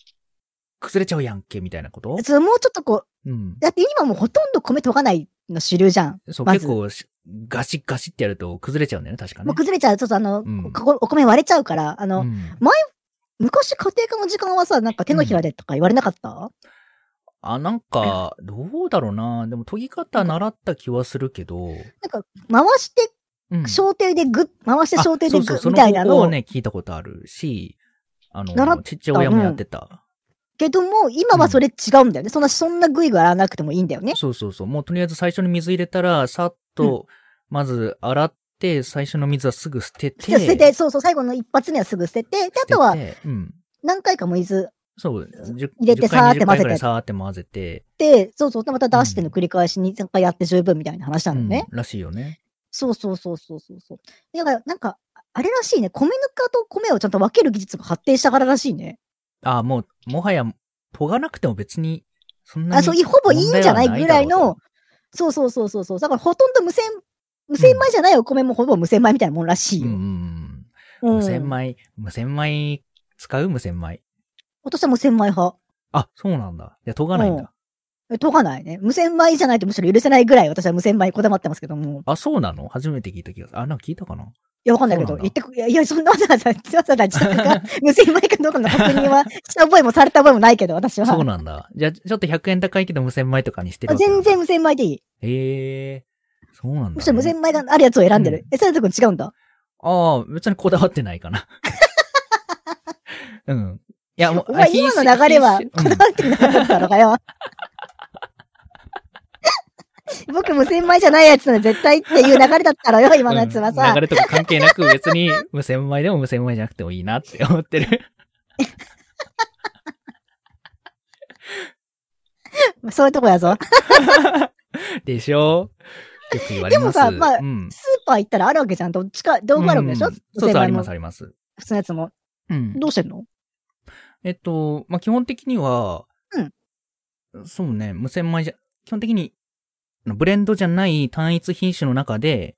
Speaker 2: 崩れちゃうやんけ、みたいなこと
Speaker 1: それもうちょっとこ
Speaker 2: うん
Speaker 1: う、。だって今もうほとんど米研がないの主流じゃん。
Speaker 2: そう、
Speaker 1: まず
Speaker 2: 結構し、ガシッガシッってやると崩れちゃうんだよね、確かね。
Speaker 1: もう崩れちゃう、ちょっとあの、
Speaker 2: うん
Speaker 1: ここお米割れちゃうから、あの、
Speaker 2: うん
Speaker 1: 昔家庭科の時間はさ、なんか手のひらでとか言われなかった、
Speaker 2: あ、なんか、どうだろうな。でも、研ぎ方習った気はするけど。
Speaker 1: なんか回して、
Speaker 2: うん
Speaker 1: 小手でグッ、回して小手で
Speaker 2: あ
Speaker 1: グ
Speaker 2: そう
Speaker 1: ッ
Speaker 2: そう
Speaker 1: みたいな
Speaker 2: そ
Speaker 1: の
Speaker 2: の方
Speaker 1: を、
Speaker 2: 法をね、聞いたことあるし、あ
Speaker 1: 習っ
Speaker 2: の、
Speaker 1: た
Speaker 2: 父親もやってた。
Speaker 1: けども、今はそれ違うんだよね。そんな、そんなぐいぐい洗わなくてもいいんだよね。
Speaker 2: そうそうそう。もうとりあえず最初に水入れたら、さっと、まず洗って、最初の水はすぐ捨てて。
Speaker 1: 捨てて、そうそう、最後の一発目はすぐ捨てて、で、あとは
Speaker 2: 捨ててうん。
Speaker 1: 何回かも水
Speaker 2: そう。入
Speaker 1: 入れてさーって混ぜて
Speaker 2: さーって混ぜて。
Speaker 1: って、そうそう、また出しての繰り返しに3回やって十分みたいな話なのね。
Speaker 2: うんらしいよね。
Speaker 1: そうそうそうそうそうそう。だから、なんか、あれらしいね。米ぬかと米をちゃんと分ける技術が発展したかららしいね。
Speaker 2: あ、もう、もはや、研がなくても別に、そんなに。
Speaker 1: あ、そう、ほぼいいんじゃない
Speaker 2: 問題はない
Speaker 1: ぐらい
Speaker 2: だろう
Speaker 1: の、そうそうそうそうそう。だからほとんど無洗、無洗米じゃないお米もほぼ無洗米みたいなもんらしい
Speaker 2: うんう
Speaker 1: よ。
Speaker 2: ん
Speaker 1: う
Speaker 2: うんん。無洗。米、無洗米、使う無洗米。
Speaker 1: 私は無洗米派。
Speaker 2: あ、そうなんだ。いや、研がないん
Speaker 1: うん
Speaker 2: だ。
Speaker 1: え研がないね。無洗米じゃないとむしろ許せないぐらい私は無洗米にこだわってますけども。
Speaker 2: あ、そうなの初めて聞いた気がする。あ、なんか聞いたかない
Speaker 1: や、わかんないけ
Speaker 2: そう
Speaker 1: ど、
Speaker 2: なん
Speaker 1: 言
Speaker 2: だ
Speaker 1: ってく、いや、いやそんなわざわざ、わざわざ自宅が無洗米かどうかの確認はした覚えもされた覚えもないけど、私は。
Speaker 2: そうなんだ。じゃあ、ちょっと100円高いけど無洗米とかにしてるわけな
Speaker 1: 全
Speaker 2: んだ
Speaker 1: 然無洗米でいい。
Speaker 2: へえー、そうなんだ、
Speaker 1: む
Speaker 2: ね。
Speaker 1: しろ無洗米があるやつを選んで
Speaker 2: うん
Speaker 1: る。え、それとこ違うんだ。
Speaker 2: ああ、別にこだわってないかな。 うん。いや、もう、
Speaker 1: お
Speaker 2: あ
Speaker 1: 前、今の流れは、
Speaker 2: 品
Speaker 1: こ
Speaker 2: 種
Speaker 1: だわってなかったのかよ。僕、無洗米じゃないやつなんで絶対っていう流れだったのよ、今のやつは
Speaker 2: うん
Speaker 1: さ
Speaker 2: 流。れとか関係なく別に無洗米でも無洗米じゃなくてもいいなって思ってる。
Speaker 1: そういうとこやぞ。
Speaker 2: でしょよく言われます。
Speaker 1: でもさまあ
Speaker 2: うん。
Speaker 1: スーパー行ったらあるわけじゃん。どっちか、道具あるわけでしょ、
Speaker 2: うんそうそう、
Speaker 1: 無洗米
Speaker 2: あり
Speaker 1: も
Speaker 2: ます、あります。
Speaker 1: 普通のやつも。
Speaker 2: うん。
Speaker 1: どうしてんの
Speaker 2: えっと、まあ、基本的には、そうね、無洗米じゃ、基本的に、ブレンドじゃない単一品種の中で、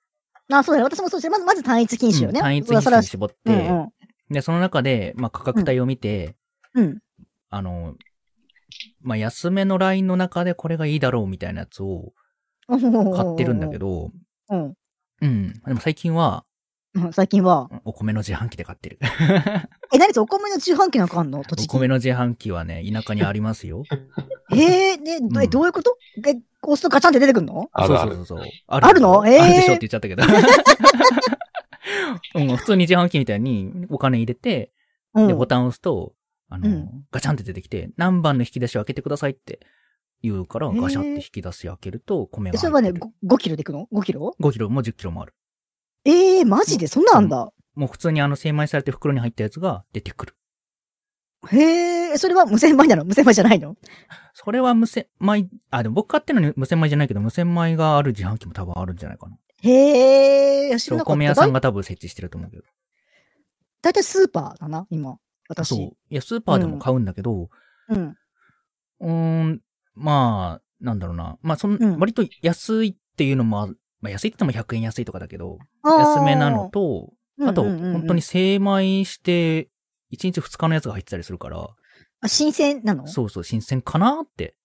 Speaker 1: あ、そうだよ。私もそうして、まず、まず単一品種よね。
Speaker 2: うん単一
Speaker 1: そう
Speaker 2: 品
Speaker 1: だそれ
Speaker 2: 種
Speaker 1: は
Speaker 2: に絞って、
Speaker 1: うんうん。
Speaker 2: で、その中で、まあ、価格帯を見て、
Speaker 1: うん。
Speaker 2: あの、まあ、安めのラインの中でこれがいいだろうみたいなやつを買ってるんだけ
Speaker 1: ど。う
Speaker 2: ど、
Speaker 1: ん。
Speaker 2: うん。でも最近は、
Speaker 1: うん最近は。
Speaker 2: お米の自販機で買ってる。
Speaker 1: え、何それお米の自販機なんかあんの
Speaker 2: お
Speaker 1: 栃木。
Speaker 2: 米の自販機はね、田舎にありますよ。
Speaker 1: えー、ね、どえ
Speaker 2: うん
Speaker 1: どういうことえ、押すとガチャンって出てくんの
Speaker 2: そう
Speaker 3: あるある。
Speaker 2: そうそうそう。あ
Speaker 1: あるのえー
Speaker 2: あるでしょって言っち ゃったけど。うん、普通に自販機みたいにお金入れて、
Speaker 1: うん。
Speaker 2: で、ボタンを押すと、あの、
Speaker 1: うん
Speaker 2: ガチャンって出てきて、何番の引き出しを開けてくださいって言うから、
Speaker 1: へー
Speaker 2: ガシャって引き出し開けると、米
Speaker 1: え
Speaker 2: が
Speaker 1: それ
Speaker 2: 入
Speaker 1: は
Speaker 2: っ
Speaker 1: ね、
Speaker 2: てる。
Speaker 1: ご 5, キロでいくの ?5 キロ
Speaker 2: 5キロも10キロもある。
Speaker 1: ええマジでそんなんあんだ。
Speaker 2: もう普通にあの精米されて袋に入ったやつが出てくる。
Speaker 1: へえ、それは無洗米なの無洗米じゃないの
Speaker 2: それは無洗米、あ、でも僕買ってるのに無洗米じゃないけど、無洗米がある自販機も多分あるんじゃないかな。
Speaker 1: へえ、知ら
Speaker 2: お
Speaker 1: なかっ
Speaker 2: 米屋
Speaker 1: た。
Speaker 2: さ
Speaker 1: だ
Speaker 2: ん
Speaker 1: い
Speaker 2: が多分設置してると思うけど。
Speaker 1: だいたいスーパーだな、今。私。
Speaker 2: そう。いや、スーパーでも買うんだけど、
Speaker 1: うん。
Speaker 2: うーん、まあ、なんだろうな。まあ、そん、
Speaker 1: うん
Speaker 2: 割と安いっていうのもあ、まあ、安いって言っても100円安いとかだけど、
Speaker 1: あー
Speaker 2: 安めなの、と、あと、
Speaker 1: うんうんうんうん
Speaker 2: 本当に。精米して、1日2日のやつが入ってたりするから、
Speaker 1: あ新鮮なの
Speaker 2: そうそう、新鮮かなって。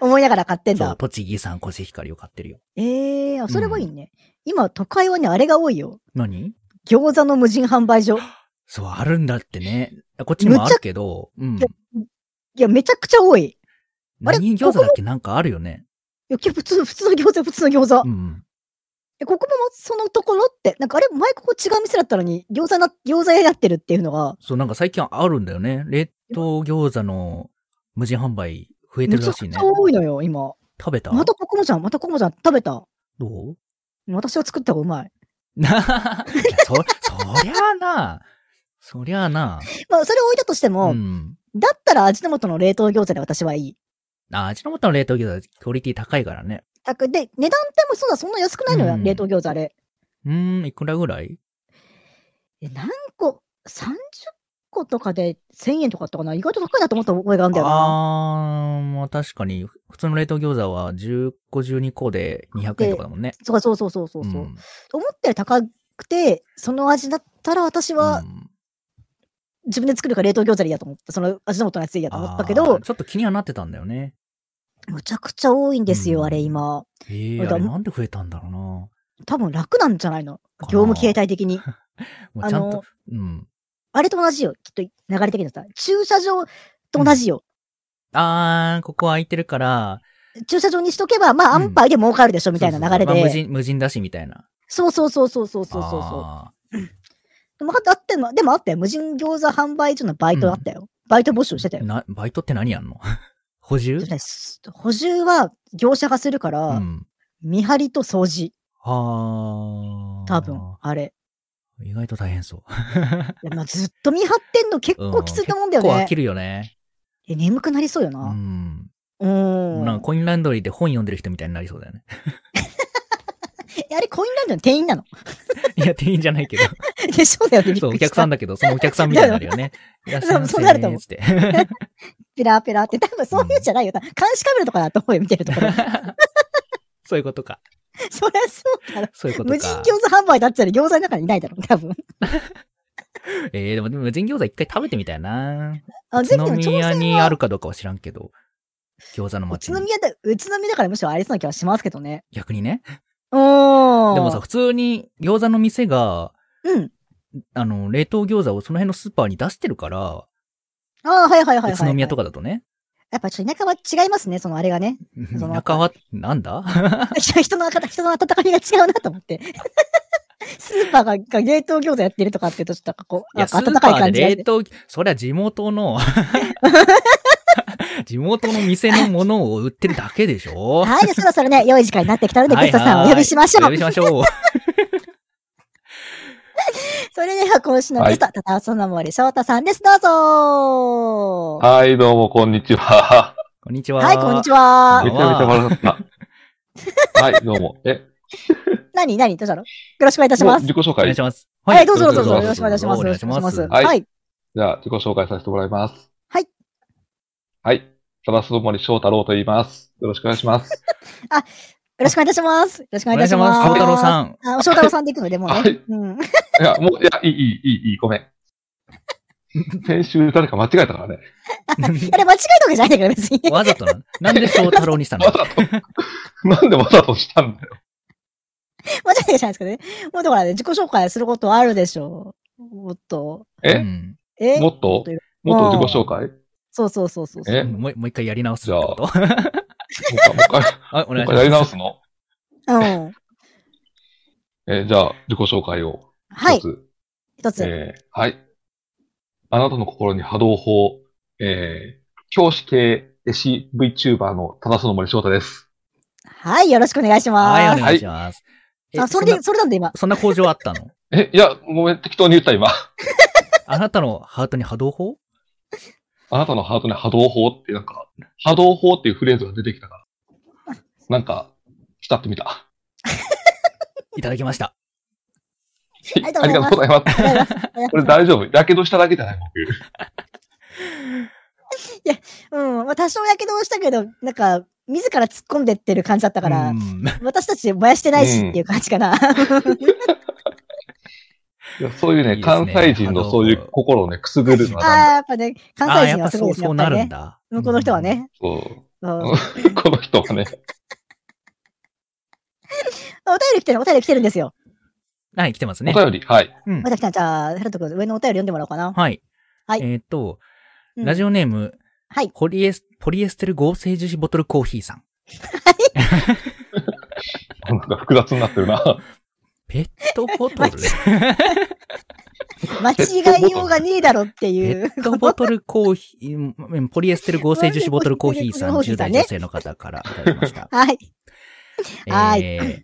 Speaker 1: 思いながら買ってん
Speaker 2: そう、
Speaker 1: だ。
Speaker 2: 栃木産コシヒカリを買ってるよ。
Speaker 1: ええあ、それはいいね。今、都会はね、あれが多いよ。
Speaker 2: 何
Speaker 1: 餃子の無人販売所。
Speaker 2: そう、あるんだってね。こっちにもあるけど、うん。
Speaker 1: いや、めちゃくちゃ多い。いあれ
Speaker 2: 何餃子だっけなんかあるよね。
Speaker 1: や、普通、普通の餃子、普通の餃子。
Speaker 2: うん。
Speaker 1: え、ここもそのところって、なんかあれ、前ここ違う店だったのに、餃子な、餃子屋になってるっていうのが、
Speaker 2: そう、なんか最近あるんだよね。冷凍餃子の無人販売増えて
Speaker 1: め
Speaker 2: る
Speaker 1: ちゃ
Speaker 2: らしい
Speaker 1: くち
Speaker 2: ね
Speaker 1: ゃ。多いのよ、今。
Speaker 2: 食べた
Speaker 1: またここもじゃん、またここもじゃん、食べた。
Speaker 2: どう
Speaker 1: 私は作った方がうまい。
Speaker 2: いやそ、そりゃあな。そりゃあな。
Speaker 1: まあ、それを置いたとしても、
Speaker 2: うん。
Speaker 1: だったら味の素の冷凍餃子で私はいい。
Speaker 2: あ、味の素の冷凍餃子はクオリティ高いからね。
Speaker 1: たくで、値段ってもそうだ、そんな安くないのよ、
Speaker 2: うん
Speaker 1: 冷凍餃子あれ。
Speaker 2: うーん、いくらぐらい
Speaker 1: え、何個、30個とかで1000円とかだったかな意外と高いなと思った覚えがあるんだよな。
Speaker 2: あー、まあ確かに、普通の冷凍餃子は10個12個で200円とかだもんね。
Speaker 1: そうそうそうそうそう。うん思ったより高くて、その味だったら私は
Speaker 2: うん
Speaker 1: 自分で作るから冷凍餃子でいいやと思った。その味の素のやつでいいやと思ったけ
Speaker 2: あ
Speaker 1: ど
Speaker 2: ー、ちょっと気にはなってたんだよね。
Speaker 1: むちゃくちゃ多いんですよ、
Speaker 2: うん
Speaker 1: あれ今。
Speaker 2: ええ
Speaker 1: あ
Speaker 2: あれ
Speaker 1: だ
Speaker 2: なんで増えたんだろうな。も
Speaker 1: 多分楽なんじゃないの
Speaker 2: かな
Speaker 1: 業務形態的に。
Speaker 2: うちゃん
Speaker 1: あ
Speaker 2: と
Speaker 1: の、
Speaker 2: うん。
Speaker 1: あれと同じよ。きっと流れ的にさ、駐車場と同じよ。
Speaker 2: あー、ここ空いてるから、
Speaker 1: 駐車場にしとけば、まあ、
Speaker 2: うん
Speaker 1: 安牌で儲かるでしょ、みたいな流れ
Speaker 2: そうそうそうまあ無
Speaker 1: で。
Speaker 2: 人、無人だしみたいな。
Speaker 1: そうそうそうそうそうそうそうそう。
Speaker 2: あ
Speaker 1: でも、あってんの、でもあったよ。無人餃子販売所のバイトあったよ。バイト募集してた
Speaker 2: ー
Speaker 1: よ。
Speaker 2: な、バイトって何やんの 補充
Speaker 1: でもねす補充は業者がするか
Speaker 2: う
Speaker 1: ら、
Speaker 2: ん。
Speaker 1: 見張りと掃除、
Speaker 2: はー。
Speaker 1: 多分、あれ。
Speaker 2: 意外と大変そう。
Speaker 1: いやまあ、ずっと見張ってんの結構きついと思うんだよ
Speaker 2: 結構飽
Speaker 1: ね
Speaker 2: き。るよね。
Speaker 1: え眠くなりそうよ
Speaker 2: う
Speaker 1: な。
Speaker 2: ん。
Speaker 1: うん。
Speaker 2: なんかコインランドリーで本読んでる人みたいになりそうだよね。
Speaker 1: えあれ、コインランドの店員なの
Speaker 2: いや、店員じゃないけど。
Speaker 1: でしょうだよね、びっ
Speaker 2: そう、
Speaker 1: く
Speaker 2: お
Speaker 1: りした
Speaker 2: 客さんだけど、そのお客さんみたいになるよね。いらっしゃいませ
Speaker 1: そうそうなると思う
Speaker 2: つって。
Speaker 1: ペラペラって、多分そういうんじゃないよ。多分監視カメラとかだと思うよ、見てるところ。
Speaker 2: そういうことか。
Speaker 1: そりゃそうだろ。
Speaker 2: そういうことか。
Speaker 1: 無人餃子販売だったら餃子の中にいないだろ、多分。
Speaker 2: えー、でも無人餃子一回食べてみたいな。
Speaker 1: あ
Speaker 2: 宇
Speaker 1: ぜひ
Speaker 2: 都
Speaker 1: でも挑
Speaker 2: 宮
Speaker 1: 戦
Speaker 2: にあ
Speaker 1: は。
Speaker 2: るかどうかは知らんけど。餃子の
Speaker 1: 宇
Speaker 2: 街
Speaker 1: 都
Speaker 2: に。
Speaker 1: 宮だ、宇都宮だからむしろありそうな気はしますけどね。
Speaker 2: 逆にね。
Speaker 1: うーん。
Speaker 2: でもさ、、普通に餃子の店が、
Speaker 1: うん。
Speaker 2: あの、冷凍餃子をその辺のスーパーに出してるから、
Speaker 1: ああ、はいはいはいはい。
Speaker 2: 宇都宮と
Speaker 1: か。
Speaker 2: かだとね。
Speaker 1: やっぱちょっと田舎は違いますね、そのあれがね。 その
Speaker 2: 田舎は、なんだ
Speaker 1: 人の、人の温かみが違うなと思って。 スーパーがが冷凍餃子やってるとかって言うと、ちょっとなんかこう、
Speaker 2: い
Speaker 1: なん
Speaker 2: や、ス
Speaker 1: か
Speaker 2: ー
Speaker 1: 温
Speaker 2: パ
Speaker 1: かい
Speaker 2: ー
Speaker 1: 感じ
Speaker 2: で
Speaker 1: がし
Speaker 2: 冷
Speaker 1: て。
Speaker 2: 凍、そりゃ地 元の、地元の店のものを売ってるだけでしょ
Speaker 1: はい、でそろそろ ね、良い時間になってきたので、ゲストさんをお呼びしましょう。
Speaker 2: お呼びしましょう。
Speaker 1: それでは今週のゲスト、高尾その森翔太さんです。どうぞは
Speaker 3: はい、どうも、こんにちは。
Speaker 2: こんにち
Speaker 1: い、
Speaker 2: は。
Speaker 1: はいこんにち
Speaker 3: め
Speaker 1: は。
Speaker 3: ちゃめちゃ笑った。はい、どうも。え、
Speaker 1: 何何どうしたのよろしくお願いいたし
Speaker 3: もう
Speaker 1: ます。
Speaker 3: 自己紹
Speaker 2: お願い
Speaker 3: 介。
Speaker 2: し
Speaker 3: じ
Speaker 2: ます。
Speaker 1: はい、どうぞどうぞ、
Speaker 3: どう
Speaker 1: よ
Speaker 3: ぞ
Speaker 1: ろしくお願いします。よ
Speaker 2: お願
Speaker 1: ろ
Speaker 2: い
Speaker 1: し
Speaker 2: し
Speaker 1: くお願いし
Speaker 2: ま
Speaker 1: ますす。。
Speaker 3: はい
Speaker 1: はい。
Speaker 3: ゃあ、自己紹介させてもらいます。
Speaker 1: はい。
Speaker 3: はい、ただすどもり翔太郎と言います。よろしくお願いします。
Speaker 1: よろしくお願いいたします。よろしくお
Speaker 2: お
Speaker 1: 願いいた
Speaker 2: 願い
Speaker 1: し
Speaker 2: し
Speaker 1: ま。
Speaker 2: ますす。翔太郎さん。
Speaker 1: ん。あ、翔太郎さんで行くので、もう
Speaker 3: は
Speaker 1: ね
Speaker 3: い。
Speaker 1: うん。
Speaker 3: いや、もう、いや、いい、いい、いい、いい、ごめん。先週誰か間違えたからね。
Speaker 1: あれ間違えたわけじゃないんだけど、別に。
Speaker 2: わざとなのなんで翔太郎にしたの
Speaker 3: わざと。なんでわざとしたんだよ。
Speaker 1: 間違えたわけじゃないですけどね。もうだからね、自己紹介することはあるでしょう。もっと。
Speaker 2: う
Speaker 3: え
Speaker 2: ん
Speaker 1: え
Speaker 3: もっともっと自己紹介
Speaker 1: そうそうそうそうそう。
Speaker 3: え
Speaker 2: もうもう一回やり直すってこと
Speaker 3: もう一回、もう
Speaker 2: あお願
Speaker 3: 一回もう一
Speaker 2: い
Speaker 3: 回やり
Speaker 2: しま
Speaker 3: 直
Speaker 2: す。
Speaker 3: すの
Speaker 1: うん。
Speaker 3: え、じゃあ、自己紹介を。
Speaker 1: はい
Speaker 3: 一、つ
Speaker 1: 一つ。
Speaker 3: えーはい。あなたの心に波動法、えー、教師系絵師 VTuber の忠野森翔太です。
Speaker 1: はい、よろしくお願いし
Speaker 2: はい、
Speaker 1: ま
Speaker 2: お
Speaker 1: す。
Speaker 2: 願いします。え
Speaker 1: あ、それで、
Speaker 2: んな
Speaker 1: それなんで今。
Speaker 2: そんな工場あったの
Speaker 3: え、いや、ごめん、適当に言った今。
Speaker 2: あなたのハートに波動砲
Speaker 3: あなたのハートに波動法って、なんか、波動法っていうフレーズが出てきたから、なんか、浸ってみた。
Speaker 2: いただきました。
Speaker 1: りがとうございます
Speaker 3: ありがとうございます。これ大丈夫。やけどしただけじゃない、僕。
Speaker 1: うん。まあ、多少やけどしたけど、なんか、自ら突っ込んでってる感じだったから、
Speaker 2: うん
Speaker 1: 私たち燃やしてないしっていう感じか な。
Speaker 3: いやそういう
Speaker 2: い
Speaker 3: ね
Speaker 2: いです
Speaker 3: 関
Speaker 2: ね
Speaker 3: 西人のそういう心をね、くすぐるのは
Speaker 1: ああ、
Speaker 3: なんだ
Speaker 1: やっぱね、関
Speaker 2: あー
Speaker 1: 西人
Speaker 2: やっ
Speaker 1: は
Speaker 2: ぱ
Speaker 1: す
Speaker 2: そ
Speaker 1: ごいうですね。
Speaker 2: そう
Speaker 1: やっぱ
Speaker 2: な
Speaker 1: り
Speaker 2: るん
Speaker 1: ね。
Speaker 2: だ。
Speaker 1: 向こうの人はね。
Speaker 3: そう
Speaker 1: そう
Speaker 3: うんこの人はね、
Speaker 1: お便り来てる、お便り来てるんですよ。
Speaker 2: うん。はい、来てます
Speaker 3: お
Speaker 2: ね。
Speaker 3: 便り、はい。
Speaker 2: うん
Speaker 1: また来たじゃあ、ヘルト君、上のお便り読んでもらおうかな。
Speaker 2: はい。
Speaker 1: はい
Speaker 2: えーっと、
Speaker 1: うん
Speaker 2: ラジオネーム、
Speaker 1: はい
Speaker 2: ポリエス、ポリエステル合成樹脂ボトルコーヒーさん。
Speaker 3: なんか複雑になってるな。
Speaker 2: ペットボ トル
Speaker 1: 間違いようがねえだろってい
Speaker 2: ペ
Speaker 1: う。
Speaker 2: ットボトルコーヒー、うんポリエステル合成樹脂ボトルコーヒーさん、
Speaker 1: ポリエ
Speaker 2: 10
Speaker 1: ステル合成
Speaker 2: 代
Speaker 1: ね
Speaker 2: 女性の方からいただき ました。
Speaker 1: はい。はい
Speaker 2: えー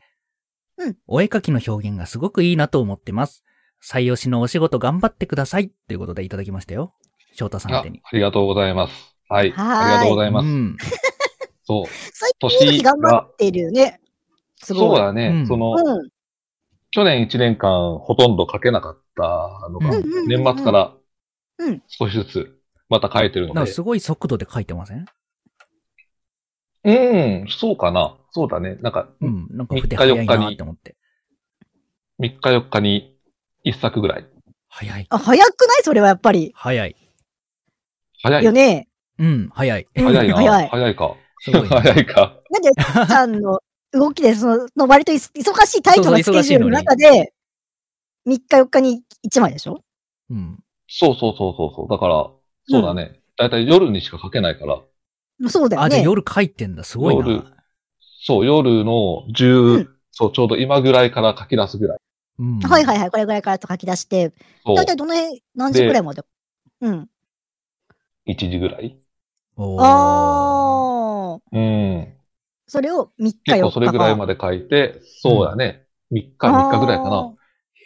Speaker 1: うん
Speaker 2: お絵描きの表現がすごくいいなと思ってます。採用しのお仕事頑張ってください。ということでいただきましたよ。翔太さん
Speaker 3: あ
Speaker 2: 宛てに。
Speaker 3: ありがとうございます。はい。
Speaker 1: はーい
Speaker 3: ありがとうございま
Speaker 2: う
Speaker 3: す。
Speaker 2: ん。
Speaker 3: そう。
Speaker 1: 最近の時頑張ってるよね。す
Speaker 3: そう
Speaker 1: ごい。
Speaker 3: だね。
Speaker 2: うん
Speaker 3: その、
Speaker 1: うん。
Speaker 3: 去年1年間ほとんど書けなかったのが、
Speaker 2: うん
Speaker 1: うんうん
Speaker 3: 年末から
Speaker 1: うん
Speaker 3: 少しずつまた書いて
Speaker 2: な
Speaker 3: る
Speaker 2: ん
Speaker 3: の
Speaker 2: か
Speaker 3: で。
Speaker 2: すごい速度で書いてません
Speaker 3: うん、そうかな。そうだね。なんか、
Speaker 2: うん。なんか
Speaker 3: 3日
Speaker 2: 筆早い
Speaker 3: 4日
Speaker 2: な
Speaker 3: に
Speaker 2: って思って。
Speaker 3: 3日4日に1作ぐらい。
Speaker 2: 早い。
Speaker 1: あ、早くないそれはやっぱり。
Speaker 2: 早い。
Speaker 3: 早い。
Speaker 1: よね。
Speaker 2: うん。早い。
Speaker 3: 早いな。
Speaker 1: 早い
Speaker 3: 早いか。
Speaker 2: すごいね
Speaker 3: 早いか。
Speaker 1: なんで、ちゃんの動きで、その、の割といそ忙しいタイトなスケジュールの中で、3日4日に1枚でしょ
Speaker 2: うん。
Speaker 3: そうそうそうそうそう。だから、そうだね。だいたい夜にしか書けないから、
Speaker 1: そうだよ
Speaker 2: あ、じゃあ
Speaker 1: ね。
Speaker 2: 夜書いてんだ。すごい
Speaker 3: 夜
Speaker 2: な。
Speaker 3: そう、夜の
Speaker 1: う
Speaker 3: 10
Speaker 1: ん、
Speaker 3: そう、ちょうど今ぐらいから書き出すぐらい。
Speaker 2: うん。
Speaker 1: はいはいはい、これぐらいからと書き出して、
Speaker 3: そう
Speaker 1: だいたいどの辺、何時くらいまでうん。
Speaker 3: 1時ぐらい。
Speaker 2: おー
Speaker 1: ああ。
Speaker 3: うん。
Speaker 1: それを3日4日
Speaker 3: 結構それぐらいま
Speaker 1: で。
Speaker 3: で書いて、そうだね。3日、3日ぐらいか
Speaker 1: あ
Speaker 3: な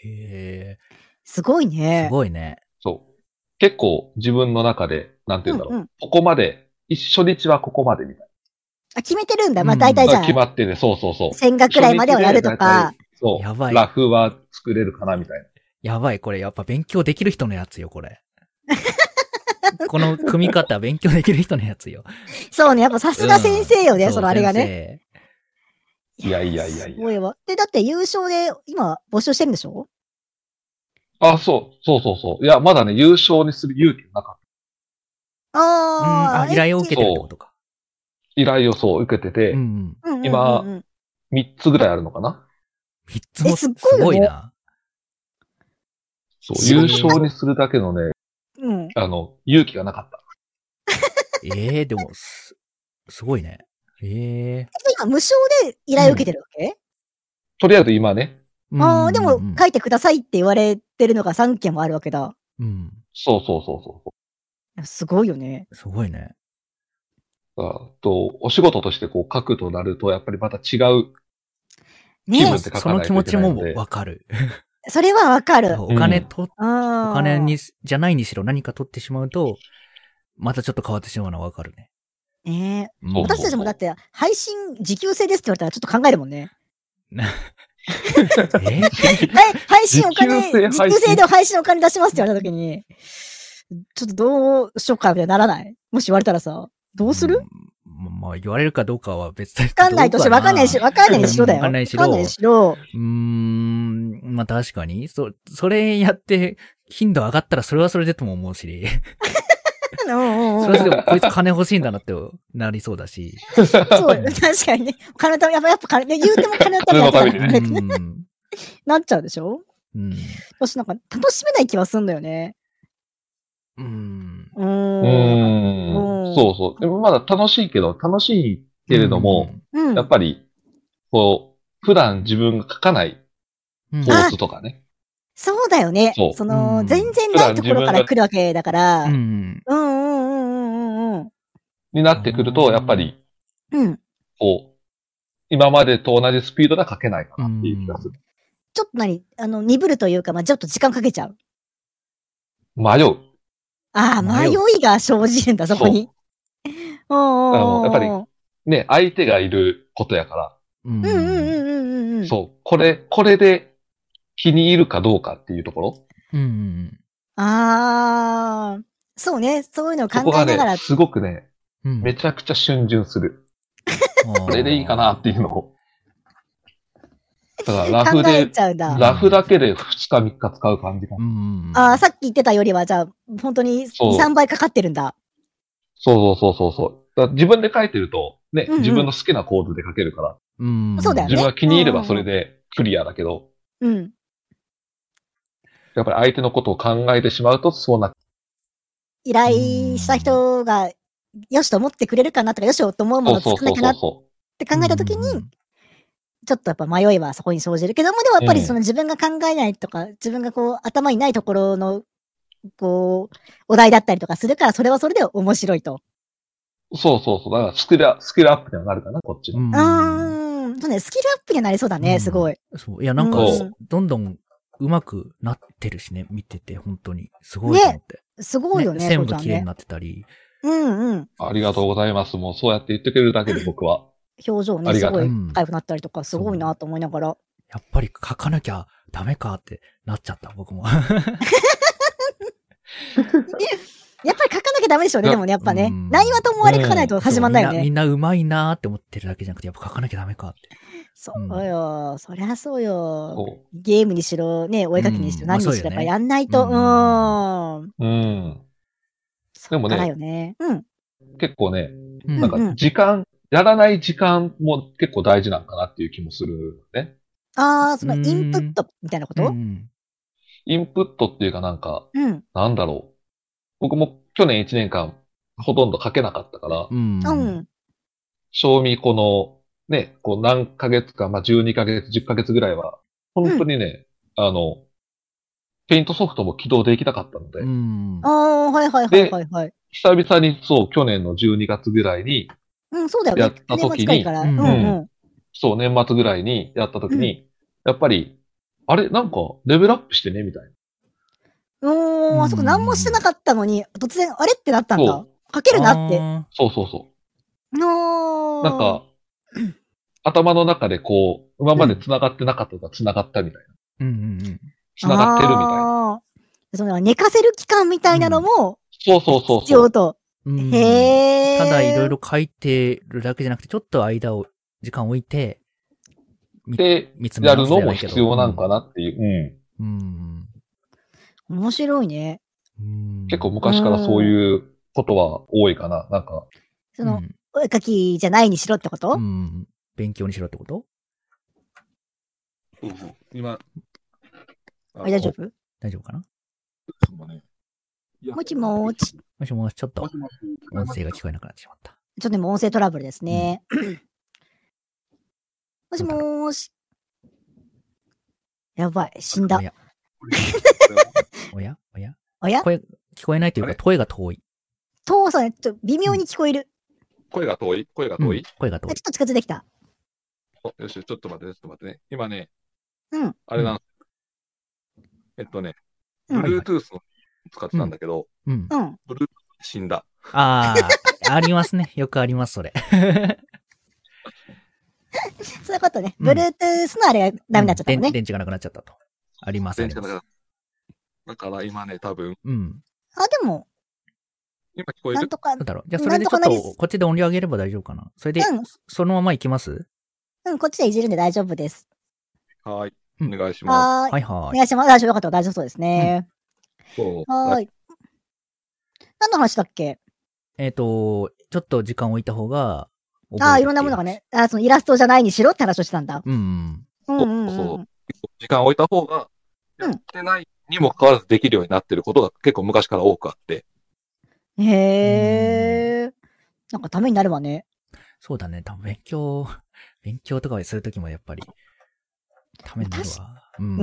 Speaker 1: ー。。
Speaker 2: へ
Speaker 1: すごい
Speaker 2: え。
Speaker 1: ね
Speaker 2: す。ごいね。
Speaker 3: そう。結構自分の中で、なんて言うんだろう。
Speaker 1: うんうん
Speaker 3: ここまで、一初日はここまでみたい
Speaker 1: あ、決めてるんだ。まあ
Speaker 2: うん
Speaker 1: 大体
Speaker 3: な。
Speaker 1: じゃあ、
Speaker 3: 決まってて、そうそうそう。
Speaker 1: 千賀くらいまではやるとか
Speaker 3: 初日、で大体。そう。
Speaker 2: やばい
Speaker 3: ラフは作れるかなみたいな。
Speaker 2: やばい。これやっぱ勉強できる人のやつよ、これ。 この組み方、勉強できる人のやつ よ。
Speaker 1: そうね、やっぱさすが先生よね、そのあれがね。
Speaker 2: ね。
Speaker 3: 生いやいやいやいや
Speaker 1: すごいわ。で、だって優勝で今募集してるんでしょ
Speaker 3: あ、そう、そうそうそう。いや、まだね、優勝にする勇気なかった。
Speaker 2: うん、
Speaker 1: あ
Speaker 2: あ
Speaker 1: あ、
Speaker 2: 依頼を受けてるってことか。
Speaker 3: 依頼をそう受けてて、
Speaker 2: うん。
Speaker 1: うんうんうんうん
Speaker 3: 今3つぐらいあるのかな
Speaker 2: 三つも
Speaker 1: え
Speaker 2: す
Speaker 1: すっごいよね
Speaker 2: ごいな。
Speaker 3: そう、
Speaker 2: そう
Speaker 3: 優勝にするだけのね、
Speaker 1: うん。
Speaker 3: あの、勇気がなかった。
Speaker 2: ええでも、す、すごいね。ええ
Speaker 1: 今、無償で依頼を受けてるわけ、
Speaker 3: とりあえず今ね、
Speaker 1: ああ、でも
Speaker 2: うん
Speaker 1: 書いてくださいって言われてるのが3件もあるわけだ。
Speaker 2: うん。
Speaker 3: そうそうそうそう。
Speaker 1: すごいよね。
Speaker 2: すごいね。
Speaker 3: あと、お仕事としてこう書くとなると、やっぱりまた違う。気
Speaker 1: ね
Speaker 3: 分っ
Speaker 1: え
Speaker 3: て書
Speaker 2: そ
Speaker 3: か
Speaker 2: の
Speaker 3: ない
Speaker 2: 気
Speaker 3: と
Speaker 2: 持
Speaker 3: いけ
Speaker 2: ち
Speaker 3: ない
Speaker 2: も
Speaker 3: ので
Speaker 2: わかる。
Speaker 1: それはわかる。
Speaker 2: お金
Speaker 3: うん
Speaker 2: と、
Speaker 1: お
Speaker 2: お金に、じゃないにしろ何か取ってしまうと、またちょっと変わってしまうのはわかるね。
Speaker 1: ねえ
Speaker 2: うん
Speaker 3: そう
Speaker 1: 私たちもだって、配信時給制ですって言われたらちょっと考えるもんね。
Speaker 2: え
Speaker 1: え配信お金、
Speaker 3: 時給制配
Speaker 1: 時
Speaker 3: 信
Speaker 1: 給制で配信お金出しますって言われたときに、ちょっとどうしようかみたいにならないもし言われたらさ、どうする
Speaker 2: うんままあ、言われるかどうかは別だわ
Speaker 1: わかんないとして、わかんないし、わかんないにしろだよ。
Speaker 2: わかんないしろ
Speaker 1: わかんないにしろ。
Speaker 2: うーん、まあ確かに。そ、それやって、頻度上がったらそれはそれでとも思うし、
Speaker 1: うんうんうん
Speaker 2: それでもこいつ金欲しいんだなってなりそうだし。
Speaker 1: そう、 確かにね。お金のため、やっぱ、やっぱ金、ね、言うても金のためやって
Speaker 3: 金
Speaker 2: う
Speaker 3: のた
Speaker 1: た
Speaker 3: め
Speaker 1: らね
Speaker 2: ん。
Speaker 1: なっちゃうでしょ
Speaker 2: うん。
Speaker 1: 私なんか、楽しめない気はすんだよね。
Speaker 2: うん。
Speaker 1: う
Speaker 3: う
Speaker 1: ーん。
Speaker 3: ー。
Speaker 1: うんん
Speaker 3: そうそう。でもまだ楽しいけど、楽しいけれども、
Speaker 1: うん。
Speaker 3: やっぱり、こう、普段自分が書かない
Speaker 2: うん、うん
Speaker 3: ポーズとかね。
Speaker 1: そうだよね。
Speaker 3: そう
Speaker 1: そうの、
Speaker 2: ん
Speaker 1: 全然ないところから来るわけだから。
Speaker 2: う
Speaker 1: うん
Speaker 2: ん。
Speaker 1: うんうんうんうん
Speaker 3: になってくる
Speaker 2: う
Speaker 3: と、
Speaker 2: ん
Speaker 3: やっぱり、
Speaker 1: うん。うん。
Speaker 3: こう、今までと同じスピードでは書けないかなっていう気がする。
Speaker 1: ちょっと何あの、鈍るというか、まあ、ちょっと時間かけちゃう。
Speaker 3: 迷う。
Speaker 1: ああ、
Speaker 2: 迷
Speaker 1: 迷
Speaker 2: う
Speaker 1: いが生じるんだ、そこに。 うんうんうんうん
Speaker 3: あのやっぱりね、相手がいることやか
Speaker 2: うん。
Speaker 1: うんうんうんうんうんう
Speaker 3: ら、
Speaker 1: ん。
Speaker 3: そう、これ、これで気に入るかどうかっていうところ、
Speaker 2: うんうん
Speaker 1: ああ、そうね。そういうのを考
Speaker 3: そこ
Speaker 1: え
Speaker 3: が
Speaker 1: ながら
Speaker 3: ね、。すごくね、
Speaker 2: うん。
Speaker 3: めちゃくちゃ逡巡する。
Speaker 2: こ
Speaker 3: これでいいかなっていうのを。だからラフ
Speaker 1: 考え
Speaker 3: で
Speaker 1: ち、ゃうんだ。
Speaker 3: ラフだけで2日3日使う感じかな。
Speaker 2: うん。
Speaker 1: ああ、さっき言ってたよりは、じゃあ、本当に
Speaker 3: そう
Speaker 1: 2、3倍かかってるんだ。
Speaker 3: そうそうそうそうそう。だから自分で書いてると、ね、
Speaker 1: うんうん
Speaker 3: 自分の好きなコードで書けるから、
Speaker 2: うん。
Speaker 1: そうだよね
Speaker 3: 自分が気に入ればそれでクリアだけど、
Speaker 1: うん。
Speaker 3: やっぱり相手のことを考えてしまうと、そうなっ
Speaker 1: 依頼した人が、よしと思ってくれるかなとか、よしと思うものを
Speaker 3: そう
Speaker 1: 作
Speaker 3: そ
Speaker 1: らな
Speaker 3: う
Speaker 1: きゃ
Speaker 3: そ
Speaker 1: な
Speaker 3: う
Speaker 1: っ
Speaker 3: そ
Speaker 1: て考えたとき
Speaker 2: う
Speaker 1: に
Speaker 2: ん、、
Speaker 1: ちょっとやっぱ迷いはそこに生じるけども、でもやっぱり
Speaker 3: うん
Speaker 1: その自分が考えないとか、自分がこう、頭にないところの、こう、お題だったりとかするから、それはそれで面白いと。
Speaker 3: う。そうそうそう。だからスキルア、スキルアップにはなるかな、こっち
Speaker 2: う
Speaker 1: う
Speaker 3: の。
Speaker 1: んーん。そうね、スキルアップにはなりそうだ
Speaker 2: うん
Speaker 1: ね、すごい。
Speaker 2: そう。いや、なんか
Speaker 3: そう、
Speaker 2: どんどん上手くなってるしね、見てて、本当に。すごいと思って。
Speaker 1: すごいよ
Speaker 2: ね
Speaker 1: ね、
Speaker 2: 線
Speaker 1: こうち
Speaker 2: も
Speaker 1: ゃん
Speaker 2: 綺麗に
Speaker 1: ね。
Speaker 2: なってたり。
Speaker 1: うんうん。
Speaker 3: ありがとうございます。もうそうやって言ってくれるだけで僕は。
Speaker 1: 表情
Speaker 3: あ
Speaker 1: ね、
Speaker 3: り
Speaker 1: す
Speaker 3: がと
Speaker 1: ご
Speaker 3: う
Speaker 1: い深くなったりとか、すごいなと思いながら。
Speaker 2: やっぱり書かなきゃダメかってなっちゃった、僕も。
Speaker 1: やっぱり書かなきゃダメでしょうね、
Speaker 3: いや
Speaker 1: でもね、やっぱね
Speaker 2: うん。
Speaker 1: 内容と思われ書かないと 始まんないよ
Speaker 2: そうみ
Speaker 1: ね。
Speaker 2: んなみんな上手いなーって思ってるだけじゃなくて、やっぱ書かなきゃダメかって。
Speaker 1: そうよ、そりゃそうよ。
Speaker 3: そ
Speaker 1: ゲームにしろ、ね、お絵描きにし
Speaker 2: う
Speaker 1: ろ、
Speaker 2: んまあ
Speaker 1: 何にしろ、
Speaker 2: そう
Speaker 1: や
Speaker 2: よ
Speaker 1: っ
Speaker 2: ね
Speaker 1: ぱやんないと。
Speaker 2: う
Speaker 1: うんーん。
Speaker 3: う。うん。
Speaker 1: そ
Speaker 3: で
Speaker 1: っ
Speaker 3: もね
Speaker 1: からよね。うん。
Speaker 3: 結構ね、
Speaker 2: うん
Speaker 3: なんか
Speaker 1: うん
Speaker 3: 時間、やらない時間も結構大事なんかなっていう気もするね。
Speaker 1: ああ、その
Speaker 2: うん
Speaker 1: インプットみたいなこと
Speaker 2: うん
Speaker 3: インプットっていうかなんか、
Speaker 1: うん。
Speaker 3: なんだろう。僕も去年1年間ほとんど書けなかったから、
Speaker 2: うん。
Speaker 1: う
Speaker 2: うん
Speaker 1: ん。
Speaker 3: 賞味この、ね、こう何ヶ月か、まあ、12ヶ月、10ヶ月ぐらいは、本当にね、あの、ペイントソフトも起動できなかったので、
Speaker 2: うん
Speaker 1: ああ、はいはいはいはいはい。
Speaker 3: 久々にそう、去年の12月ぐらいに、
Speaker 1: うん、そうだよ
Speaker 3: や
Speaker 1: ね
Speaker 3: っ。た時
Speaker 1: 年末近
Speaker 3: に
Speaker 1: いから。
Speaker 2: う
Speaker 1: うんんうん。
Speaker 3: そう、年末ぐらいにやった時に、やっぱり、あれなんか、レベルアップしてねみたい
Speaker 1: う
Speaker 3: な。
Speaker 1: ーん、あそこ何もしてなかったのに、突然、あれってなったんだ
Speaker 3: そ。
Speaker 1: 書けるなって。
Speaker 2: あ
Speaker 3: そうそうそ
Speaker 1: の
Speaker 3: う。なんか、頭の中でこう、今まで繋がってなかったのが繋がったみたいな。
Speaker 2: ーうんうんうん。
Speaker 3: 繋がってるみたいな。
Speaker 1: な。その寝かせる期間みたいなのも
Speaker 3: そうそうそう
Speaker 1: 必
Speaker 3: そ
Speaker 1: 要
Speaker 3: う。
Speaker 1: と。
Speaker 2: うん
Speaker 1: へえ。
Speaker 2: ただいろいろ書いてるだけじゃなくて、ちょっと間を、時間を置いて、
Speaker 3: で、
Speaker 2: 見つめ
Speaker 3: や
Speaker 2: 直
Speaker 3: る
Speaker 2: すじ
Speaker 3: の
Speaker 2: ゃな
Speaker 3: も
Speaker 2: いけど
Speaker 3: 必要なんかなっていう。
Speaker 2: う
Speaker 3: うん
Speaker 2: ん。
Speaker 1: 面白いね。
Speaker 2: うん
Speaker 3: 結構、昔からそういうことは多いかな。なんか、
Speaker 1: その
Speaker 2: う、ん
Speaker 1: お絵描きじゃないにしろってこと、
Speaker 2: うん。勉強にしろってこと
Speaker 4: 今、
Speaker 1: あ大丈夫
Speaker 2: 大丈夫かな
Speaker 1: もちもーち。ちょ
Speaker 2: もしもし、ちょっと
Speaker 4: もしもし
Speaker 2: 音声が聞こえなくなってしまった。
Speaker 1: っとでも音声トラブルですね。 もしもーし。やばい、死んだ
Speaker 2: お。や、おや、おや。
Speaker 1: おや
Speaker 2: 声、聞こえないという
Speaker 3: あ
Speaker 2: か、
Speaker 3: れ
Speaker 2: 声が遠い。
Speaker 1: と、そうね、ちょっと微妙に聞こえる。
Speaker 3: 声が遠い声が
Speaker 2: うん
Speaker 3: 遠い、
Speaker 2: 声が遠
Speaker 1: ちょっ。
Speaker 2: い
Speaker 1: と近づいてきた。
Speaker 3: およし、ちょっと待ってね、ちょっと待ってね。今ね、
Speaker 1: うん
Speaker 3: あれなんえっとね、
Speaker 1: うん
Speaker 3: Bluetooth の使ってたんだけど、
Speaker 2: うん。
Speaker 1: うん。
Speaker 3: 死んだ。
Speaker 2: ああ、ありますね。よくあります、それ。
Speaker 1: そういうことね。
Speaker 2: うん
Speaker 1: Bluetooth のあれがダメになっちゃったの
Speaker 2: 電
Speaker 1: ね。
Speaker 2: 電池がなくなっちゃったと。あります
Speaker 3: 電
Speaker 2: ね。
Speaker 3: 池がだから、だから今ね、多分、
Speaker 2: うん。
Speaker 1: あ、でも、
Speaker 3: 今聞こえ
Speaker 1: なん
Speaker 3: る
Speaker 1: とか
Speaker 2: なん、だろう。じゃあ、それでちょっ
Speaker 1: なんとかな
Speaker 2: と
Speaker 1: り、
Speaker 2: こっちで音量上げれば大丈夫かな。それで、
Speaker 1: うん
Speaker 2: そのまま行きます
Speaker 1: うん、こっちでいじるんで大丈夫です。
Speaker 3: はーい。
Speaker 2: う
Speaker 3: お
Speaker 2: ん
Speaker 3: 願いしま
Speaker 1: はーい。
Speaker 2: はいは
Speaker 1: お
Speaker 2: ーい。
Speaker 1: 願いします。大丈夫よかった。大丈夫そうですね。
Speaker 3: す。そう
Speaker 1: はーい。何の話だっけ
Speaker 2: えっと、ちょっと時間を置いた方が、
Speaker 1: ああ、
Speaker 2: 覚えるってう
Speaker 1: いろんなものがね。あーそのイラストじゃないにしろって話をしてたんだ。
Speaker 2: うんうん。
Speaker 1: うんうんうん。
Speaker 3: そう時間を置いた方が、
Speaker 1: う
Speaker 3: や
Speaker 1: ん
Speaker 3: ってないにもかかわらずできるようになってることが結構昔から多くあって、
Speaker 1: へえ。なんかためになるわね。
Speaker 2: そうだね。多分勉強、 勉強とかするときもやっぱり、ためになるわ。う
Speaker 1: うん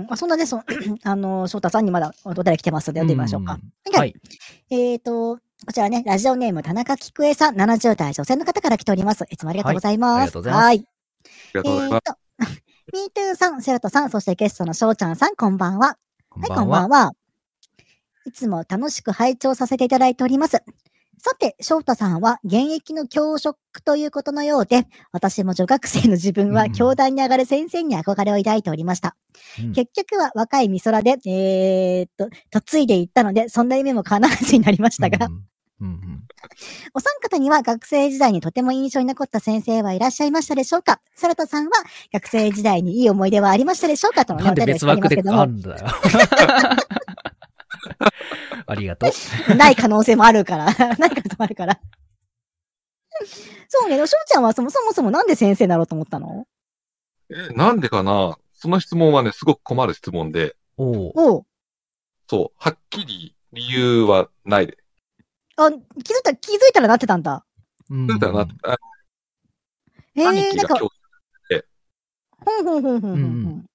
Speaker 1: ーん。あそんなね、その あの、翔太さんにまだお便り来てますので読んでみましょうか。
Speaker 2: んはい。
Speaker 1: えーと、こちらね、ラジオネーム田中菊江さん、70代女性の方から来ております。いつもありがとうございます。
Speaker 2: はいありがとうございます
Speaker 1: はい。
Speaker 3: ありがとうございます。
Speaker 1: えーと、 ミートゥーさん、セロトさん、そしてゲストのしょうちゃんさん、こんばんは。
Speaker 2: こん
Speaker 1: はい、
Speaker 2: ば
Speaker 1: こ
Speaker 2: ん
Speaker 1: んばん
Speaker 2: は。
Speaker 1: は。いつも楽しく拝聴させていただいております。さて、翔太さんは現役の教職ということのようで、私も女学生の自分
Speaker 2: う
Speaker 1: は
Speaker 2: んうん
Speaker 1: 教壇に上がる先生に憧れを抱いておりました。
Speaker 2: うん
Speaker 1: 結局は若い美空で、えーっと、嫁いでいったので、そんな夢も叶わずになりましたが、
Speaker 2: うんうんうん
Speaker 1: お三方には学生時代にとても印象に残った先生はいらっしゃいましたでしょうかサラトさんは学生時代にいい思い出はありましたでしょうかと
Speaker 2: うん。
Speaker 1: の
Speaker 2: なんで
Speaker 1: お便りが
Speaker 2: 別
Speaker 1: 来ておりま
Speaker 2: 枠
Speaker 1: す
Speaker 2: で
Speaker 1: けど
Speaker 2: あ
Speaker 1: も
Speaker 2: るんだよ。 ありがとう。
Speaker 1: ない可能性もあるから。ない 可能性もあるから。そうね、しょうちゃんはそもそもそもなんで先生になろうと思ったの
Speaker 3: え、なんでかなその質問はね、すごく困る質問で、
Speaker 2: おお。
Speaker 1: おう
Speaker 3: そう、はっきり理由はないで。
Speaker 1: あ、気づいた、気づいたらなってたんだ。
Speaker 2: うん
Speaker 3: だからな、あ
Speaker 1: へえ
Speaker 3: 兄
Speaker 1: ー、
Speaker 3: 貴
Speaker 1: なん
Speaker 3: が
Speaker 1: か、
Speaker 3: 教、
Speaker 1: ほんほんほんほんほんほ。
Speaker 2: うんうん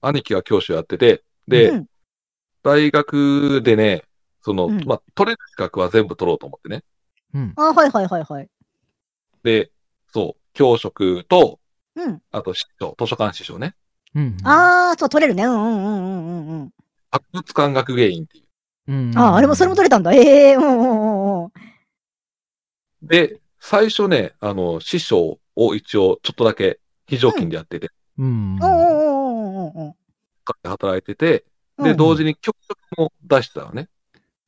Speaker 3: 兄貴が教師をやってて、で、
Speaker 1: うん
Speaker 3: 大学でね、その、
Speaker 1: うん
Speaker 3: まあ、取れる資格は全部取ろうと思ってね。
Speaker 2: うん。
Speaker 1: あ、はいはいはいはい。
Speaker 3: で、そう、教職と、
Speaker 1: うん。
Speaker 3: あと、師匠、図書館師匠ね。
Speaker 2: うん。
Speaker 1: あー、そう、取れるね。うんうんうんうんうんうん。
Speaker 3: 博物館学芸員っていう。
Speaker 2: うん。
Speaker 1: あー、あれもそれも取れたんだ。ええー、うんうんうんうん。
Speaker 3: で、最初ね、あの、師匠を一応、ちょっとだけ、非常勤でやってて、
Speaker 2: うん。
Speaker 1: おうおうおうおうおう
Speaker 3: で働いてて、
Speaker 1: おう
Speaker 3: で、
Speaker 1: うん
Speaker 3: 同時に教職も出してたのね。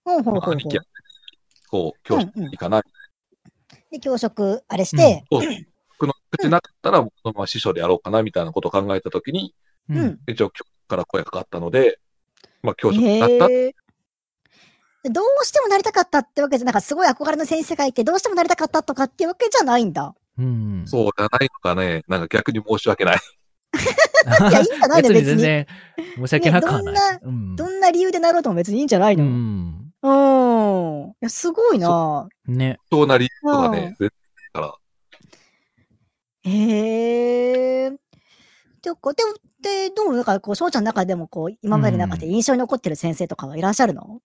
Speaker 1: ほうほう
Speaker 3: ま
Speaker 1: ほう
Speaker 3: あ兄
Speaker 1: ほ
Speaker 3: 貴や
Speaker 1: う
Speaker 3: っててこう、教室に行かない。
Speaker 1: で、教職、あれして、
Speaker 3: そう僕の口なかったら、そのまま師匠でやろうかな、みたいなことを考えたときに、
Speaker 2: う。
Speaker 1: うんん。
Speaker 3: 一応、教職から声がかかったので、まあ、教職になった。
Speaker 1: へえ。どうしてもなりたかったってわけじゃ、なんかすごい憧れの先生がいて、どうしてもなりたかったとかっていうわけじゃないん だ。
Speaker 2: うん。
Speaker 3: そうじゃないのかね。なんか逆に申し訳ない。
Speaker 1: いや、いいんじゃないの
Speaker 2: 別に
Speaker 1: 別
Speaker 2: 全
Speaker 1: に。
Speaker 2: 然、申し訳なくはない。
Speaker 1: ね
Speaker 2: うん。
Speaker 1: どんな理由でなろうとも別にいいんじゃないの、
Speaker 2: う
Speaker 1: うん、
Speaker 2: ん。
Speaker 1: いや、すごいな
Speaker 2: ね。
Speaker 3: そうなりとかね、絶対だか
Speaker 1: へえ。てか、でも、で、どうも、なんか、こう、翔ちゃんの中でも、こう、今までの中で印象に残ってる先生とかはいらっしゃるの、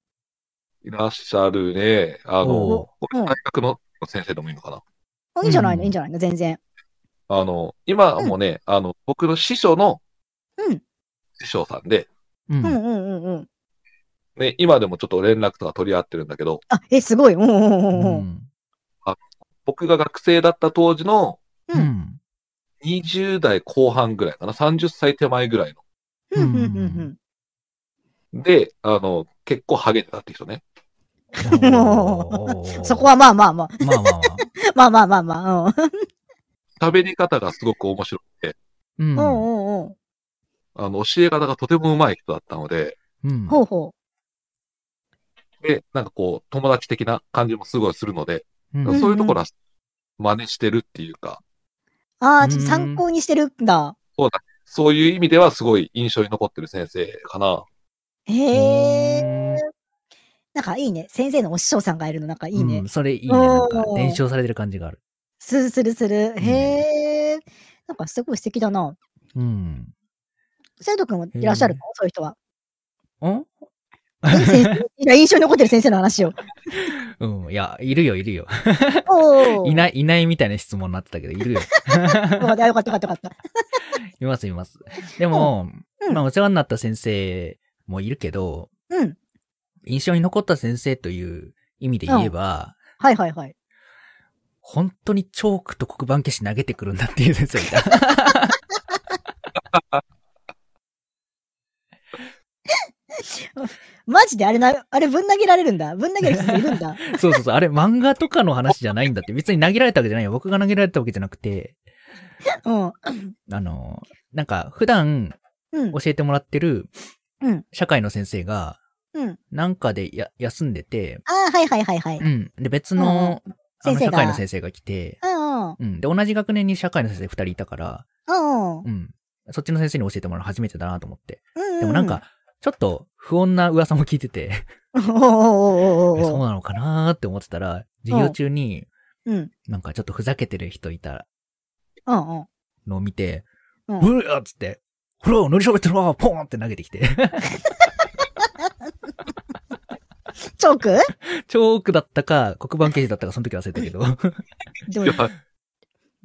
Speaker 3: ら、いらっしゃるね。あの
Speaker 2: お、
Speaker 1: うん、
Speaker 3: 大学の先生でもいいのかな。
Speaker 1: あいいんじゃないうの
Speaker 2: ん
Speaker 1: いいんじゃないの全然。
Speaker 3: あの、今もね、あの、僕の師匠の
Speaker 1: うん。
Speaker 3: 師匠さんで、
Speaker 1: う
Speaker 2: う
Speaker 1: ん
Speaker 2: ん。
Speaker 1: うんうんうん。
Speaker 3: ね、今でもちょっと連絡とか取り合ってるんだけど、
Speaker 1: あ、え、すごい。うんうんう
Speaker 2: うん
Speaker 1: うんうん。
Speaker 2: ん。
Speaker 3: 僕が学生だった当時の
Speaker 1: う
Speaker 2: うん。
Speaker 3: 20代後半ぐらいかな、30歳手前ぐらい
Speaker 1: うんうんうん
Speaker 3: の。で、あの、結構ハゲてたって人ね。
Speaker 2: お
Speaker 1: う
Speaker 2: ー
Speaker 1: ん。そこ。はまあまあまあ、
Speaker 2: まあまあまあ。
Speaker 1: まあまあまあまあ。うん
Speaker 3: 喋り方がすごく面白くて、
Speaker 1: う
Speaker 2: う。
Speaker 1: んんうんうん。
Speaker 3: あの、教え方がとても上手い人だったので、
Speaker 2: うん。
Speaker 1: ほうほ
Speaker 3: で、なんかこう、友達的な感じもすごいするので、
Speaker 2: うん
Speaker 1: ん
Speaker 3: そういうところは真似してるっていうか、
Speaker 1: う。ああ、ちょっと参考にしてるんだ。
Speaker 3: そういう意味ではすごい印象に残ってる先生かな。
Speaker 1: へえ。なんかいいね。先生のお師匠さんがいるの、なんかいいね
Speaker 2: う。んそれいいね。なんか、伝承されてる感じがある。
Speaker 1: するするする。
Speaker 2: いいね
Speaker 1: へえ。なんかすごい素敵だな。
Speaker 2: うん。
Speaker 1: 生徒くんはいらっしゃるの、
Speaker 2: へ
Speaker 1: そういう人は。
Speaker 2: ん
Speaker 1: え先生 いや印象に残ってる先生の話を。
Speaker 2: うん。いや、いるよ、いるよ。
Speaker 1: おー
Speaker 2: いない、いないみたいな質問になってたけど、い るよ。
Speaker 1: よかった、よかった、よかったよかった。
Speaker 2: います、います。でも、
Speaker 1: うん
Speaker 2: まあ、お世話になった先生もいるけど、
Speaker 1: うん。
Speaker 2: 印象に残った先生という意味で言えば、
Speaker 1: はいはいはい。
Speaker 2: 本当にチョークと黒板消し投げてくるんだっていう先生がいた。
Speaker 1: マジであれな、あれぶん投げられるんだ。ぶん投げる人いるん だ。
Speaker 2: そうそうそう。あれ、漫画とかの話じゃないんだって。別に投げられたわけじゃないよ。僕が投げられたわけじゃなくて、
Speaker 1: うん。
Speaker 2: あの、なんか、普段
Speaker 1: うん
Speaker 2: 教。えてもらってる
Speaker 1: うん。
Speaker 2: 社会の先生が、
Speaker 1: うん。
Speaker 2: なんかでや休んでて、
Speaker 1: ああ、はいはいはいはい。
Speaker 2: うん。で、別の、あ
Speaker 1: 先生
Speaker 2: の社
Speaker 1: が
Speaker 2: 会の先生が来て、
Speaker 1: うんうん。
Speaker 2: うん。で、同じ学年に社会の先生二人いたから、
Speaker 1: うんうん。
Speaker 2: うん。そっちの先生に教えてもらうの初めてだなと思って。
Speaker 1: う
Speaker 2: でもなん、か、ちょっと不穏な噂も聞いてて、
Speaker 1: おーおーおー
Speaker 2: そ
Speaker 1: お
Speaker 2: う
Speaker 1: ーおー
Speaker 2: なのかなーって思ってたら、授業中に
Speaker 1: うん。うん
Speaker 2: なんかちょっとふざけてる人いた
Speaker 1: うん。
Speaker 2: のを見て、
Speaker 1: うん
Speaker 2: うわっつって、ほら、乗りしゃべってるわポーンって投げて きて、
Speaker 1: チョーク
Speaker 2: チョークだったか、黒板掲示だったか、その時忘れたけど、
Speaker 1: でも
Speaker 3: いや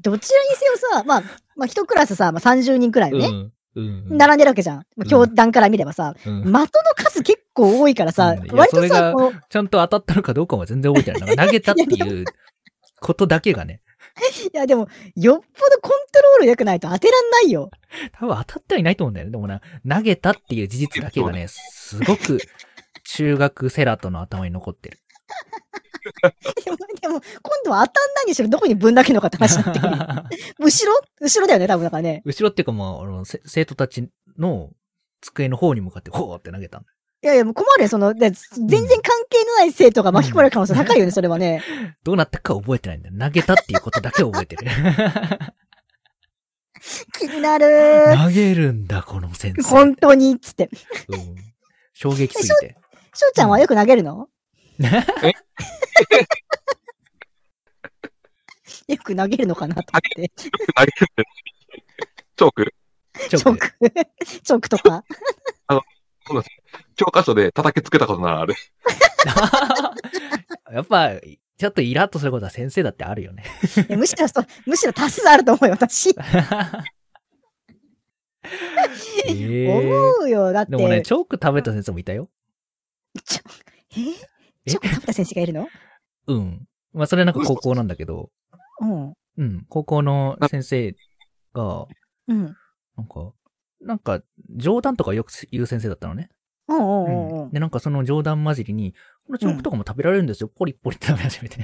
Speaker 1: どちらにせよさ、まあ、まあ、一クラスさ、まあ、30人くらいうね、
Speaker 2: ん。うん。
Speaker 1: 並んでるわけじゃん。まあ、教団から見ればさ、
Speaker 2: うん
Speaker 1: 的の数結構多いからさ、
Speaker 2: うんいや
Speaker 1: 割
Speaker 2: そ
Speaker 1: と
Speaker 2: れ
Speaker 1: さ、
Speaker 2: が
Speaker 1: こう、
Speaker 2: ちゃんと当たったのかどうかも全然覚えてない。なんか投げたっていうことだけがね、
Speaker 1: いやでも、よっぽどコントロール良くないと当てらんないよ。
Speaker 2: 多分当たってはいないと思うんだよね。でもな、投げたっていう事実だけがね、すごく中学セラトの頭に残ってる。
Speaker 1: でも、でも今度は当たんないにしろ、どこにぶんだけのかって話になってくる 後ろ後ろだよね、多分だからね。
Speaker 2: 後ろっていうかもう、あの、せ生徒たちの机の方に向かって、ほーって投げたんだ
Speaker 1: いやいや、もう困るよ、その、で全然関係のない生徒が巻き込まれる可能性高いよね、それは ね。
Speaker 2: よどうなったか覚えてないんだよ。投げたっていうことだけ覚えてる。
Speaker 1: 気になる。
Speaker 2: 投げるんだ、この先 生。
Speaker 1: 本当に、つって。
Speaker 2: うん衝撃すぎて。
Speaker 1: しょうちゃんはよく投げるの よく投げるのかなと思って。
Speaker 3: あれチョーク、
Speaker 2: チョ
Speaker 1: チョ
Speaker 2: ー
Speaker 1: ーク。
Speaker 2: ク。
Speaker 1: チョークとか。
Speaker 3: 教科書で叩きつけたことならある。
Speaker 2: やっぱ、ちょっとイラッとすることは先生だってあるよね。
Speaker 1: いやむしろそう、むしろ多数あると思うよ、私。
Speaker 2: えー
Speaker 1: 思うよ、だって。
Speaker 2: でもね、チョーク食べた先生もいたよ。
Speaker 1: ちょえチョコ食べた先生がいるの
Speaker 2: うん。まあ、それはなんか高校なんだけど、
Speaker 1: うん。
Speaker 2: うん。高校の先生が、
Speaker 1: うん。
Speaker 2: なんか、なんか、冗談とかよく言う先生だったのね。
Speaker 1: うんううん
Speaker 2: うん
Speaker 1: うん
Speaker 2: ん。で、なんかその冗談混じりに、このチョークとかも食べられるんですよ。ポリポリって食べ始 めて。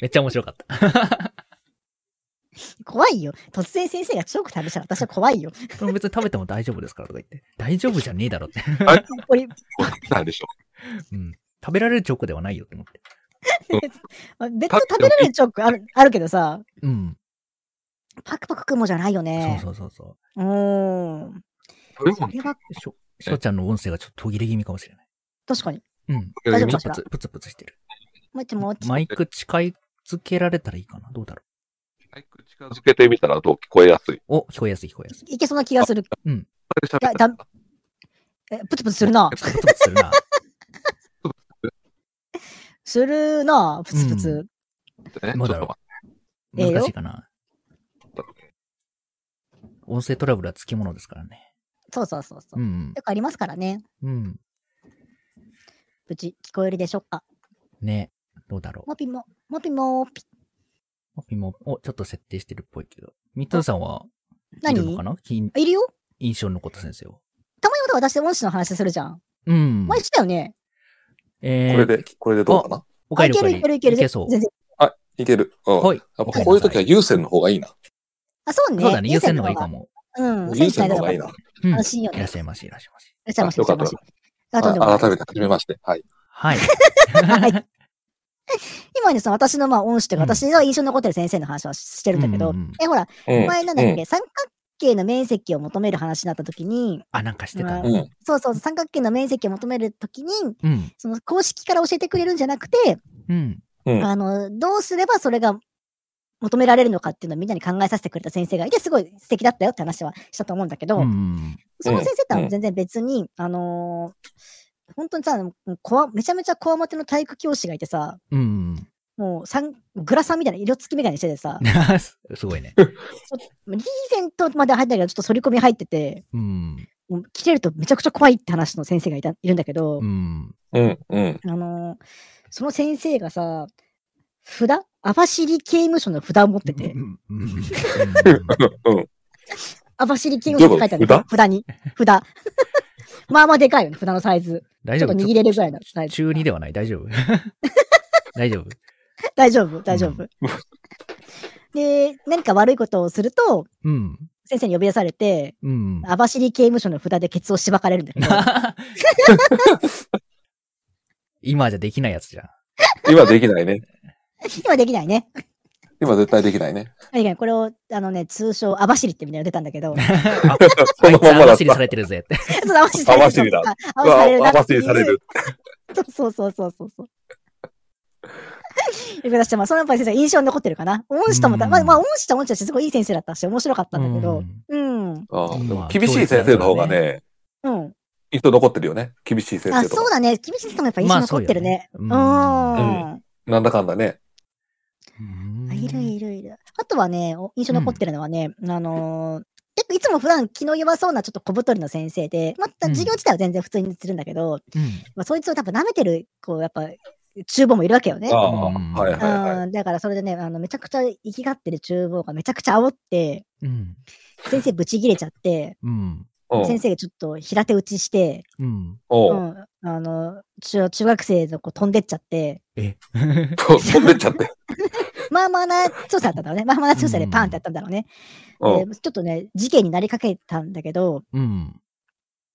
Speaker 2: めっちゃ面白かった。
Speaker 1: 怖いよ。突然先生がチョーク食べたら私は怖いよ。
Speaker 2: これ別に食べても大丈夫ですからとか言って。大丈夫じゃねえだろって。
Speaker 1: これ、
Speaker 3: なんでしょ
Speaker 2: うん。食べられるチョークではないよって思って。
Speaker 1: 別途食べられるチョークあるあるけどさ、
Speaker 2: うん。
Speaker 1: パクパク食うもんじゃないよね。
Speaker 2: そうそうそうそう
Speaker 1: うん。
Speaker 3: う。食べ
Speaker 1: そ
Speaker 3: 物
Speaker 1: れは、
Speaker 2: う。しょ、しょうちゃんの音声がちょっと途切れ気味かもしれない。
Speaker 1: 確かに。
Speaker 2: うん。
Speaker 1: 大丈夫
Speaker 2: プ
Speaker 1: か
Speaker 2: ツプツ、プツプツしてる。
Speaker 1: もちもち。
Speaker 2: マイク近い付けられたらいいかな。どうだろ
Speaker 3: マイク近づけてみたらどう聞こえやすい。
Speaker 2: う。お、聞こえやすい、聞こえやすい。
Speaker 1: いけそうな気がする。
Speaker 3: それで喋っ
Speaker 1: だだえプツプツするな。
Speaker 2: プツプツするな。
Speaker 1: するな。プツプツ。
Speaker 2: う
Speaker 3: てね。ちょ
Speaker 2: ま
Speaker 3: っ
Speaker 2: だ
Speaker 3: と待
Speaker 1: ええよ
Speaker 2: 難しいかな。
Speaker 3: って。
Speaker 2: 音声トラブルはつきものですからね。
Speaker 1: そうそうそうそうう。
Speaker 2: ん
Speaker 1: よくありますからね。
Speaker 2: うん。うん。
Speaker 1: 無事聞こえるでしょうか。
Speaker 2: ね。どうだろう。
Speaker 1: もぴも、もぴもぴ。
Speaker 2: コピも、お、ちょっと設定してるっぽいけど。ミッドさんは、いるの
Speaker 1: 何
Speaker 2: かなき
Speaker 1: いるよ。
Speaker 2: 印象に残った先生を。
Speaker 1: たまにまた私で恩師の話するじゃん。
Speaker 2: うん。
Speaker 1: 前したよね。
Speaker 2: え
Speaker 4: こ
Speaker 2: ー、
Speaker 4: れで、これでどうかな
Speaker 2: お
Speaker 1: あ
Speaker 2: かえ
Speaker 1: い
Speaker 2: りお
Speaker 1: け
Speaker 2: か
Speaker 1: る
Speaker 2: えり
Speaker 1: いけるいける。
Speaker 2: いけそう。
Speaker 1: 全然
Speaker 4: いける。うん。
Speaker 2: はい。
Speaker 4: やっぱこういう時は優先の方がいいな。
Speaker 1: あ、そうね。
Speaker 2: そうだね。優先の方がいい
Speaker 1: も
Speaker 2: かも。
Speaker 1: うん、
Speaker 4: 優
Speaker 1: 選手
Speaker 4: 先
Speaker 1: の
Speaker 4: の
Speaker 1: 方
Speaker 4: 方
Speaker 1: が
Speaker 4: が
Speaker 1: い
Speaker 4: いい
Speaker 1: いな。
Speaker 4: な。
Speaker 1: 安心よ
Speaker 2: いら
Speaker 1: ね。
Speaker 2: っしゃいまし、いらっしゃいまし。
Speaker 1: いらっしゃいま
Speaker 4: あ
Speaker 1: し
Speaker 4: よかった
Speaker 1: いらっしゃいましあとんでもな
Speaker 4: あ
Speaker 1: い
Speaker 4: 改めて、初めまして。はい。
Speaker 2: はい。
Speaker 1: はい今ね、その私のまあ恩師というか、
Speaker 2: うん
Speaker 1: 私の印象に残ってる先生の話をしてるんだけど、
Speaker 2: うんうんうん
Speaker 1: え、ほら、
Speaker 4: うん。
Speaker 1: 前なんだっけ、三角形の面積を求める話になった時に、
Speaker 2: あ、なんかしてた
Speaker 4: う
Speaker 2: ね。
Speaker 4: ん。うん。
Speaker 1: そうそう、三角形の面積を求める時に、
Speaker 2: うん。
Speaker 1: その公式から教えてくれるんじゃなくて、
Speaker 2: うん。
Speaker 4: うん
Speaker 1: あの、どうすればそれが求められるのかっていうのをみんなに考えさせてくれた先生がいて、すごい素敵だったよって話はしたと思うんだけど、
Speaker 2: うん。
Speaker 1: その先生と
Speaker 4: う
Speaker 1: は
Speaker 4: ん
Speaker 1: 全然別に、あのー本当にさ、もうこわめちゃめちゃこわもての体育教師がいてさ、
Speaker 2: うん。
Speaker 1: もうさんグラサンみたいな色付き眼鏡しててさ、
Speaker 2: すごいね。
Speaker 1: リーゼントまで入ったけど、ちょっと反り込み入ってて、
Speaker 2: うん。
Speaker 1: もう切れるとめちゃくちゃ怖いって話の先生がいたいるんだけど、
Speaker 2: うん。
Speaker 4: うん、うん。
Speaker 1: あのーその先生がさ、札網走刑務所の札を持ってて
Speaker 2: う、んうん
Speaker 1: 網走刑務所って書いてあるんだよ札に。札。 まあまあでかいよね、札のサイズ。
Speaker 2: 大
Speaker 1: ちょ
Speaker 2: 丈
Speaker 1: っと
Speaker 2: 夫。
Speaker 1: 握れるぐらいのサイズ。
Speaker 2: 中二ではない。大丈夫。 大丈夫。
Speaker 1: 大丈夫、大丈夫。で、何か悪いことをすると、
Speaker 2: うん。
Speaker 1: 先生に呼び出されて、
Speaker 2: うん。
Speaker 1: 網走刑務所の札でケツをしばかれるんだけど、
Speaker 2: 今じゃできないやつじゃん。
Speaker 4: 今できないね。
Speaker 1: 今できないね。
Speaker 4: 今絶対できないね。
Speaker 1: できないこれを、あのね、通称、網走ってみたいなの出たんだけど、
Speaker 2: あ
Speaker 4: そ
Speaker 2: あ
Speaker 4: の
Speaker 2: いつ
Speaker 4: まんまだ
Speaker 2: 網
Speaker 4: った
Speaker 2: 走。されてるぜって。
Speaker 1: そう網走される。
Speaker 4: 網走だ。
Speaker 1: 網走され
Speaker 4: う
Speaker 1: るな
Speaker 4: わ
Speaker 1: っ
Speaker 4: 網
Speaker 1: ていう
Speaker 4: 走される。
Speaker 1: そうそうそうそうそう。 いう形でまあ、そのやっぱり先生が印象に残ってるかな。恩師ともた、
Speaker 2: うん
Speaker 1: まあ、まあ、恩師と恩師としてすごいいい先生だったし、面白かったんだけど、うん、うん。
Speaker 4: あーで
Speaker 2: まあ
Speaker 4: も厳しい先生の方がね、印象残ってるよね。厳しい先
Speaker 1: あ、
Speaker 4: 生と
Speaker 1: そう
Speaker 4: か。
Speaker 1: だね。厳しい先生もやっぱ印
Speaker 2: ま
Speaker 1: 象
Speaker 2: あ
Speaker 1: に残ってるね。。
Speaker 2: そううんよね
Speaker 4: なんだかんだね。
Speaker 2: うん
Speaker 1: あいるいるいる。あとはね、お印象に残ってるのはね、あのー結構いつも普段気の弱そうなちょっと小太りの先生で、まあ、
Speaker 2: うん
Speaker 1: 授業自体は全然普通にするんだけど、
Speaker 2: うん
Speaker 1: まあ、そいつを多分舐めてる、こう、やっぱ、厨房もいるわけよね
Speaker 4: あ。あ、
Speaker 2: うん
Speaker 4: はいはいは
Speaker 1: うん、だからそれでね、あの、めちゃくちゃ生きがってる厨房がめちゃくちゃ煽って、
Speaker 2: うん。
Speaker 1: 先生ブチ切れちゃって、
Speaker 2: うん。
Speaker 4: い。う
Speaker 1: 先
Speaker 4: ん
Speaker 1: 生がちょっと平手打ちして、
Speaker 2: うん。
Speaker 1: う、
Speaker 4: おうん
Speaker 1: あの、中中学生の子飛んでっちゃって、
Speaker 2: え
Speaker 4: と飛んでっち ゃって。
Speaker 1: まあまあな調査だったんだろうね。まあまあな調査でパーンってやったんだろうね。
Speaker 4: うん
Speaker 1: でちょっとね、事件になりかけたんだけど、
Speaker 2: うん。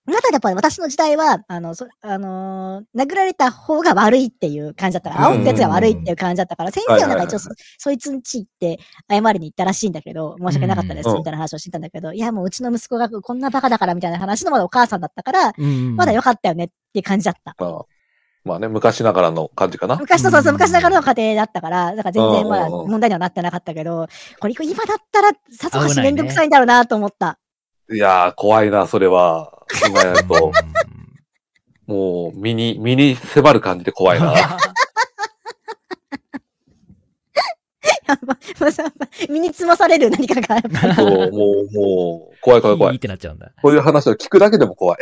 Speaker 1: なんかやっぱ私の時代は、あの、そあのー殴られた方が悪いっていう感じだったから、煽ったやつが悪いっていう感じだったから、先生はなんか一応そ、そいつんち行って謝りに行ったらしいんだけど、申し訳なかったです
Speaker 4: うん
Speaker 1: みたいな話をしてたんだけど、いやもううちの息子がこんなバカだからみたいな話のまだお母さんだったから、
Speaker 2: うん。
Speaker 1: まだ良かったよねっていう感じだった。
Speaker 4: ああまあね、昔ながらの感じかな。
Speaker 1: 昔のそうそう、
Speaker 2: うん
Speaker 1: 昔ながらの家庭だったから、だから全然まあ
Speaker 4: うんうんうん
Speaker 1: 問題にはなってなかったけど、これ今だったらさぞか
Speaker 2: 危
Speaker 1: し
Speaker 2: ない
Speaker 1: め
Speaker 2: ね
Speaker 1: んどくさいんだろうなと思った。
Speaker 4: いやー、怖いな、それは。今やる と、
Speaker 2: うん
Speaker 4: もう、身に、身に迫る感じで怖いな。
Speaker 1: やばまあさ 身につまされる何かがやっ ぱり。
Speaker 4: そう、もう、もう、怖い怖い怖
Speaker 2: いいっ
Speaker 4: い。
Speaker 2: てなっちゃうんだ。
Speaker 4: こういう話を聞くだけでも怖い。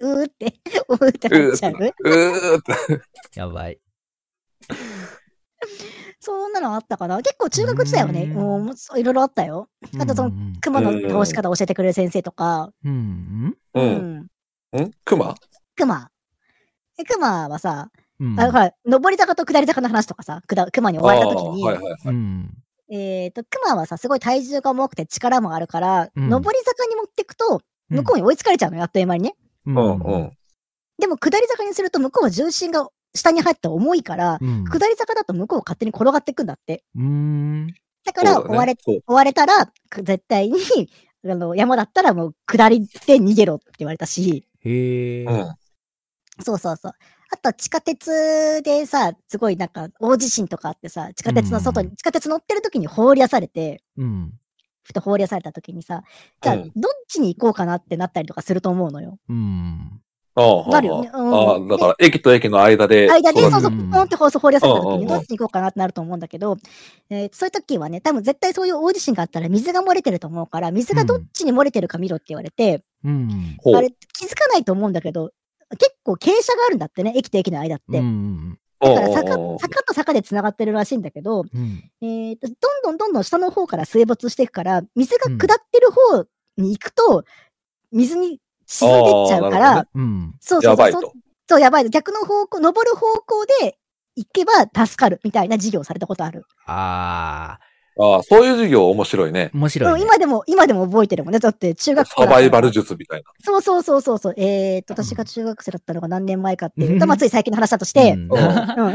Speaker 1: うーって、うーってなっちゃう。
Speaker 4: うーって。
Speaker 2: やばい。
Speaker 1: そんなのあったかな。結構中学時代はね、
Speaker 2: うん
Speaker 1: もうそういろいろあったよ。あとその
Speaker 2: うん
Speaker 1: 熊の倒し方教えてくれる先生とか、
Speaker 2: うん。
Speaker 4: う。
Speaker 1: うん
Speaker 4: ん熊
Speaker 1: 熊。え熊はさ、
Speaker 2: うん。
Speaker 1: あほら、上り坂と下り坂の話とかさ、くだ熊に追
Speaker 4: ああ
Speaker 1: われた時
Speaker 4: ー、
Speaker 1: に、
Speaker 4: はいはい。
Speaker 2: うん。
Speaker 1: えっ、と、熊はさ、すごい体重が重くて力もあるから、
Speaker 2: うん
Speaker 1: 上り坂に持ってくと、向こうに追いつかれちゃうのよ、あっという間にね。
Speaker 2: う
Speaker 4: うんうん。
Speaker 1: でも、下り坂にすると、向こうは重心が下に入って重いから、
Speaker 2: うん。
Speaker 1: 下り坂だと向こうが勝手に転がってくんだって。
Speaker 2: うん。
Speaker 1: だから、
Speaker 4: そうだね
Speaker 1: 追われ、
Speaker 4: そう
Speaker 1: 追われたら、く絶対に、 あの、山だったらもう下りで逃げろって言われたし、
Speaker 2: へえ。
Speaker 4: うん。
Speaker 1: そうそうそう。あと、地下鉄でさ、すごいなんか、大地震とかあってさ、地下鉄の外に、
Speaker 2: う
Speaker 1: 地下鉄乗ってる時に放り出されて、
Speaker 2: うん。
Speaker 1: ふと放り出された時にさ、じゃあ、
Speaker 4: う
Speaker 1: どっ
Speaker 4: ん
Speaker 1: ちに行こうかなってなったりとかすると思うのよ。
Speaker 2: うん。
Speaker 4: ああ、
Speaker 1: なるよね
Speaker 4: あ
Speaker 1: うん
Speaker 4: あああ、だから、駅と駅の間で。
Speaker 1: 間で、
Speaker 4: そ
Speaker 1: そうう
Speaker 4: だ
Speaker 1: そう、
Speaker 4: ね
Speaker 1: ポ
Speaker 2: う
Speaker 1: ン
Speaker 2: ん
Speaker 1: って放送放り出された時
Speaker 4: うんう
Speaker 1: に、
Speaker 4: んう
Speaker 1: ど
Speaker 4: ん
Speaker 1: っちに行こうかなってなると思うんだけど、えーそういう時はね、多分絶対そういう大地震があったら水が漏れてると思うから、水がどっちに漏れてるか見ろって言われて、
Speaker 2: うん。
Speaker 4: ほ
Speaker 1: あ
Speaker 4: う
Speaker 1: れ気づかないと思うんだけど、結構傾斜があるんだってね、駅と駅の間って。
Speaker 2: うん。
Speaker 1: だから坂
Speaker 4: うんうんうん
Speaker 1: 坂と坂で繋がってるらしいんだけど、
Speaker 2: うん。
Speaker 1: えーとどんどんどんどん下の方から水没していくから、水が下ってる方に行くと、水に沈んでっち
Speaker 4: あーな
Speaker 1: ゃうか
Speaker 4: るほど
Speaker 1: ら
Speaker 4: ね、
Speaker 2: うん。
Speaker 1: そうそ
Speaker 4: や
Speaker 1: うそ
Speaker 4: ば
Speaker 1: う
Speaker 4: いと。
Speaker 1: そう、やばい。逆の方向、登る方向で行けば助かるみたいな授業をされたことある。
Speaker 2: あ
Speaker 4: ああ、そういう授業面白いね。
Speaker 2: ー、面白
Speaker 1: う
Speaker 2: い、
Speaker 1: ん
Speaker 2: ね。
Speaker 1: 今でも、今でも覚えてるもんね。だって中学校
Speaker 4: サ
Speaker 1: だから
Speaker 4: バイバル術みたい
Speaker 1: そうそうそうそうそう。えーと、私が中学生だったのが何年前かっていうと、まあつい最近の話だとして、
Speaker 2: うん
Speaker 4: な。
Speaker 1: うん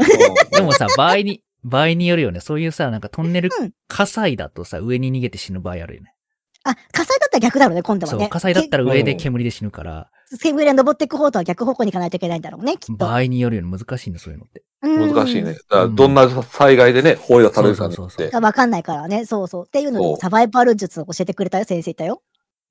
Speaker 4: うん
Speaker 2: でもさ、場合に、 場合によるよね。そういうさ、なんかトンネル
Speaker 1: うん
Speaker 2: 火災だとさ、上に逃げて死ぬ場合あるよね。
Speaker 1: あ、火災だったら逆だろうね、今度は
Speaker 2: そ
Speaker 1: ね
Speaker 2: う、。火災だったら上で
Speaker 4: け
Speaker 2: 煙で死ぬから。
Speaker 1: テーブルへ登っていく方とは逆方向に行かないといけないんだろうね、きっと。
Speaker 2: 場合によるより難しいんだ、そういうのって。
Speaker 1: うん
Speaker 3: 難しいね。。だから、どんな災害でね、放映されるかに
Speaker 2: そうそ
Speaker 3: よ
Speaker 2: う
Speaker 3: っ
Speaker 2: そう
Speaker 3: て
Speaker 1: が。わかんないからね、そうそう。っていうの
Speaker 3: そう
Speaker 1: に、サバイバル術を教えてくれたよ、先生いたよ。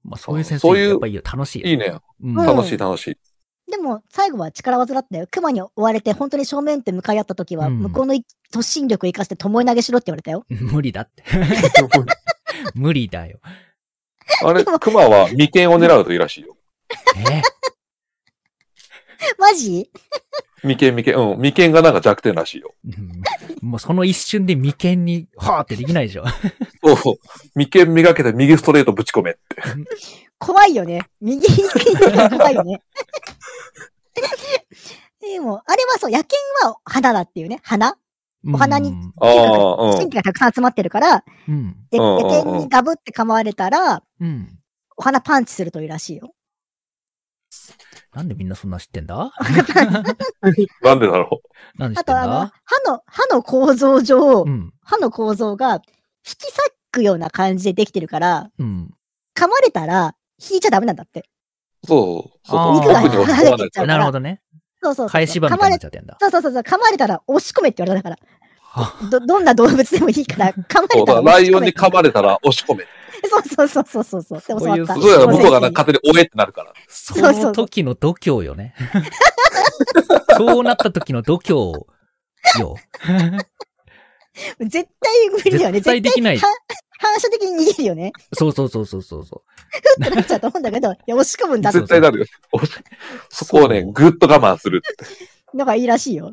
Speaker 2: まあ、そういう先生
Speaker 3: そういう
Speaker 2: やっぱいいよ。楽しいよ。
Speaker 3: いいね。
Speaker 2: うん。
Speaker 1: うん
Speaker 3: 楽しい楽しい。
Speaker 1: でも、最後は力技だったよ。熊に追われて、本当に正面って向かい合った時は、
Speaker 2: うん
Speaker 1: 向こうの突進力生かして、巴投げしろって言われたよ。
Speaker 2: 無理だ って。無理だよ。
Speaker 3: あれ、
Speaker 1: でも
Speaker 3: 熊は眉間を狙うといいらしいよ。
Speaker 2: え
Speaker 1: マジ
Speaker 3: 眉間、眉間、うん。眉間がなんか弱点らしいよ。
Speaker 2: うんもうその一瞬で眉間に、はーってできないでしょ。
Speaker 3: そうそう。眉間磨けて右ストレートぶち込め。
Speaker 1: 怖いよね。右に怖いよね。 でも、あれはそう、野犬は花だっていうね。花 お花に
Speaker 2: うん
Speaker 3: ああ、う
Speaker 1: 神
Speaker 3: ん。
Speaker 1: 経がたくさん集まってるから、
Speaker 2: うん。
Speaker 1: で
Speaker 3: うんうんうん
Speaker 1: 野犬にガブって噛まれたら、
Speaker 2: うん。
Speaker 1: お花パンチするというらしいよ。
Speaker 2: なんでみんなそんな知ってんだ
Speaker 3: なんでだろ
Speaker 2: なんで知
Speaker 1: あ
Speaker 2: ってん
Speaker 1: と、あの、
Speaker 2: だ
Speaker 1: 歯の、歯の構造上、
Speaker 2: うん。
Speaker 1: 歯の構造が引き裂くような感じでできてるから、
Speaker 2: うん。
Speaker 1: 噛まれたら引いちゃダメなんだって。
Speaker 3: う。そうそう。
Speaker 2: あー
Speaker 3: そう
Speaker 1: 肉が
Speaker 3: 奥に押し込ま
Speaker 1: 離
Speaker 3: な
Speaker 1: れ
Speaker 3: い
Speaker 1: てっちゃうか
Speaker 2: なるほ
Speaker 1: ら。
Speaker 2: どね。
Speaker 1: そうそうそう。
Speaker 2: 返し場み
Speaker 1: 噛
Speaker 2: たい
Speaker 1: ま
Speaker 2: になっ
Speaker 1: れ
Speaker 2: ちゃってんだ。
Speaker 1: そうそうそうそう。噛まれたら押し込めって言われたから。
Speaker 2: は
Speaker 1: ど、どんな動物でもいいから、噛ま
Speaker 3: そ
Speaker 1: れた。
Speaker 3: うだかららライオンに噛まれたら押し込め。
Speaker 1: そうそうそうそうそうそう。で
Speaker 2: そういう
Speaker 1: 教わった。
Speaker 3: そうやら向こうが
Speaker 1: な
Speaker 3: なんんか勝手に追えってなるから。
Speaker 2: そ
Speaker 1: そうそう
Speaker 2: の時の度胸よね。そうなった時の度胸よ。
Speaker 1: 絶対無理だよね。
Speaker 2: 絶対できない
Speaker 1: 絶対反反射的に逃げるよね。
Speaker 2: そうそうそうそうそうそ
Speaker 1: ふってなっちゃうと思うんだけど、いや、押し込むんだって
Speaker 3: 絶対なるよ。押しそこをね、
Speaker 2: そう
Speaker 3: ぐっと我慢するって。
Speaker 1: のがいいらしいよ。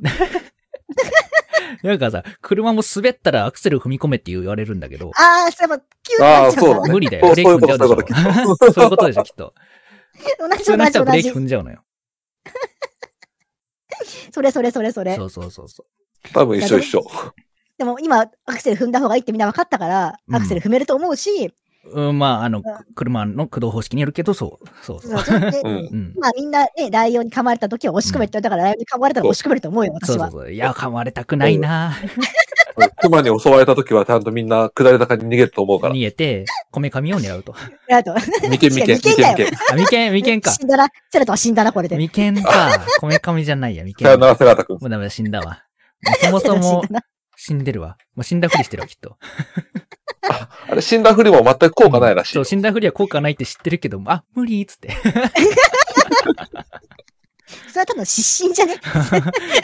Speaker 2: う。なんかさ、車も滑ったらアクセル踏み込めって言われるんだけど、
Speaker 1: あー、それも、急に
Speaker 3: あ
Speaker 1: な
Speaker 3: あ、
Speaker 1: っちゃう
Speaker 3: そ
Speaker 1: か
Speaker 3: うだ
Speaker 1: ら
Speaker 3: ね。
Speaker 2: 無理だよ。ブレーキ
Speaker 3: そう
Speaker 2: 踏んじゃうで
Speaker 3: そういうこ
Speaker 2: し
Speaker 3: と
Speaker 2: ょ。そういうことでしょ、きっと。
Speaker 1: 同
Speaker 2: 普
Speaker 1: じ
Speaker 2: 通の人はブ
Speaker 1: 同じ
Speaker 2: レーキ
Speaker 1: 同
Speaker 2: 踏んじゃうのよ。
Speaker 1: じ。それそれそれそれ
Speaker 2: そ。うそうそうそう。
Speaker 3: 多分一緒一緒。
Speaker 1: でも今、アクセル踏んだ方がいいってみんな分かったから、
Speaker 2: うん
Speaker 1: アクセル踏めると思うし、
Speaker 2: うん、まあ、あの、車の駆動方式によるけど、そう。そう
Speaker 1: そ
Speaker 2: そう う。
Speaker 1: で
Speaker 3: うん。
Speaker 2: うん。
Speaker 1: まあみんなね、ライオンに噛まれた時は押し込めって言われたから、ライオンに噛まれたら押し込めると思うよ、
Speaker 2: そ
Speaker 1: 私
Speaker 2: うそう
Speaker 1: は。
Speaker 2: そう。いや、噛まれたくないな
Speaker 3: 熊に襲われた時はちゃんとみんな下り坂に逃げると思うから
Speaker 2: 逃。げて、こめかみを狙うと。あ、
Speaker 1: あと、
Speaker 3: 見て見て、見て見
Speaker 1: だよ
Speaker 3: て。
Speaker 2: 眉間、眉 間か。
Speaker 1: 死んだな。セラトは死んだな、これで。
Speaker 2: 眉間か。こめかみじゃないや、眉
Speaker 3: さよな
Speaker 2: 間。
Speaker 3: ら、セラタ君。
Speaker 2: もうダメだ、死んだわ。もう
Speaker 1: セ
Speaker 2: そもそ
Speaker 1: ラ
Speaker 2: も
Speaker 1: 死んだな
Speaker 2: 死んでるわ。もう死んだふりしてるわ、きっと。
Speaker 3: あれ、死んだふりも全く効果ないらしい
Speaker 2: そ
Speaker 3: よ
Speaker 2: う、。死んだふりは効果ないって知ってるけど、あ、無理っつ って。
Speaker 1: それは多分失神じゃね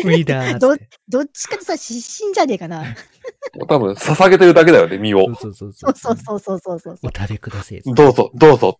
Speaker 2: 無理だーっつ
Speaker 1: ど
Speaker 2: って。
Speaker 1: どっちかってさ、失神じゃねえかな。
Speaker 3: 多分、捧げてるだけだよね、身を
Speaker 2: そう。そうそ
Speaker 1: そ
Speaker 2: うそ
Speaker 1: う
Speaker 2: う。
Speaker 1: そうそうそうそうそう。
Speaker 2: お食べください。
Speaker 3: どうぞ、どうぞ。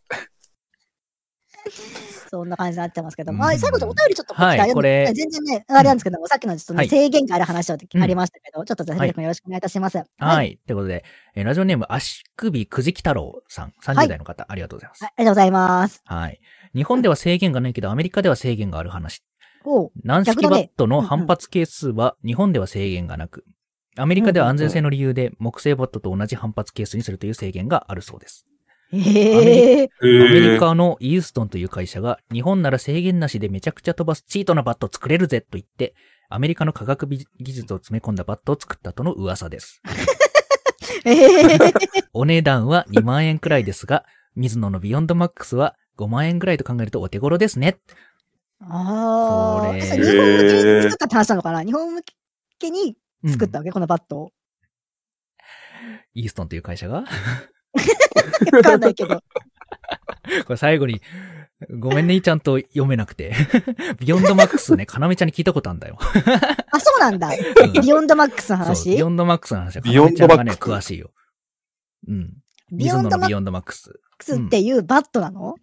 Speaker 1: そんな感じになってますけど
Speaker 2: う
Speaker 1: も。
Speaker 2: ん
Speaker 1: あ最後ちょっとお便りちょっとこっち
Speaker 2: はい
Speaker 1: から読んで
Speaker 2: これ
Speaker 1: 全然ね、あれなんですけども、さっきのちょっと
Speaker 2: は
Speaker 1: ね、
Speaker 2: い
Speaker 1: 制限がある話は
Speaker 2: うん
Speaker 1: ありましたけど、ちょっとぜひ、藤田君よろしくお願いいたします。。
Speaker 2: はいい。ということで、えーラジオネーム、足首くじき太郎さん、
Speaker 1: は
Speaker 2: 30
Speaker 1: い
Speaker 2: 代の方、ありがとうございます。
Speaker 1: ありがとうございます。
Speaker 2: はい。日本では制限がないけど、アメリカでは制限がある話。
Speaker 1: おう
Speaker 2: 軟式
Speaker 1: 逆だ
Speaker 2: バ
Speaker 1: ね
Speaker 2: ットの反発係数は日本では制限がなく、アメリカでは安全性の理由で木製バットと同じ反発係数にするという制限があるそうです。
Speaker 1: へえ。
Speaker 3: ア
Speaker 2: アメリカのイーストンという会社が日本なら制限なしでめちゃくちゃ飛ばすチートなバット作れるぜと言って、アメリカの科学技術を詰め込んだバットを作ったとの噂です。
Speaker 1: へ え。
Speaker 2: お値段は2万円くらいですが、ミズノのビヨンドマックスは5万円くらいと考えるとお手頃ですね。
Speaker 1: あ
Speaker 2: こ
Speaker 1: あ。
Speaker 2: れ
Speaker 1: えそれ日本向けに作ったって話なのかな日本向けに
Speaker 2: うん
Speaker 1: 作ったわけこのバットを。
Speaker 2: イーストンという会社が
Speaker 1: わかんないけ ど。
Speaker 2: これ最後に、ごめんね、ちゃんと読めなくて。 ビヨンドマックスね、かなめちゃんに聞いたことあるんだよ。
Speaker 1: あ、そうなんだ。
Speaker 2: うん
Speaker 1: ビヨンドマックスの
Speaker 2: そう、ビ
Speaker 1: 話
Speaker 2: ヨンドマックスの話は、か
Speaker 3: ビ
Speaker 2: な
Speaker 3: ヨ
Speaker 2: め
Speaker 3: ン
Speaker 2: ちゃ
Speaker 3: ド
Speaker 2: ん
Speaker 3: マックス
Speaker 2: がね、詳しいよ。うん。
Speaker 1: ビヨン
Speaker 2: ミズノ
Speaker 1: ド
Speaker 2: の
Speaker 1: マッ
Speaker 2: ビヨンドマックス
Speaker 1: クスっていうバットなの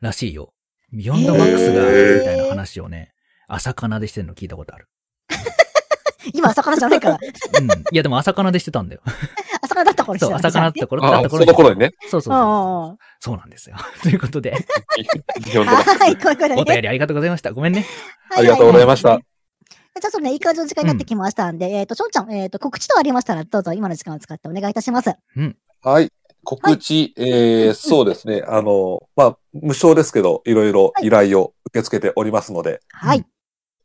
Speaker 2: らしいよ。ビヨンドマックスが、
Speaker 3: へー
Speaker 2: みたいな話をね、朝かなでしてるの聞いたことある。
Speaker 1: 今、朝からじゃないから。
Speaker 2: うん。いや、でも朝かなでしてた んだよ。
Speaker 1: 朝からだった頃
Speaker 2: そう、朝かなだった頃だった
Speaker 3: あそ
Speaker 2: 頃
Speaker 3: の頃にね。
Speaker 2: そうそう
Speaker 1: うんうん。。
Speaker 2: そううんそうなんですよ。 というこ とで、
Speaker 3: 日本でも
Speaker 1: はい、これこれ。
Speaker 2: お便りありがとうございました。ごめんね。
Speaker 1: は
Speaker 3: ありがとうございまし
Speaker 1: はは。
Speaker 3: た
Speaker 1: はちょっとね、いい感じの時間になってきましたんで、えっ、と、しょんちゃん、えっ、と、告知とありましたら、どうぞ今の時間を使ってお願いいたします。
Speaker 3: はい。告知、えー、そうですね。あの、まあ、無償ですけど、いろいろ依頼を受け付けておりますので、
Speaker 1: はい。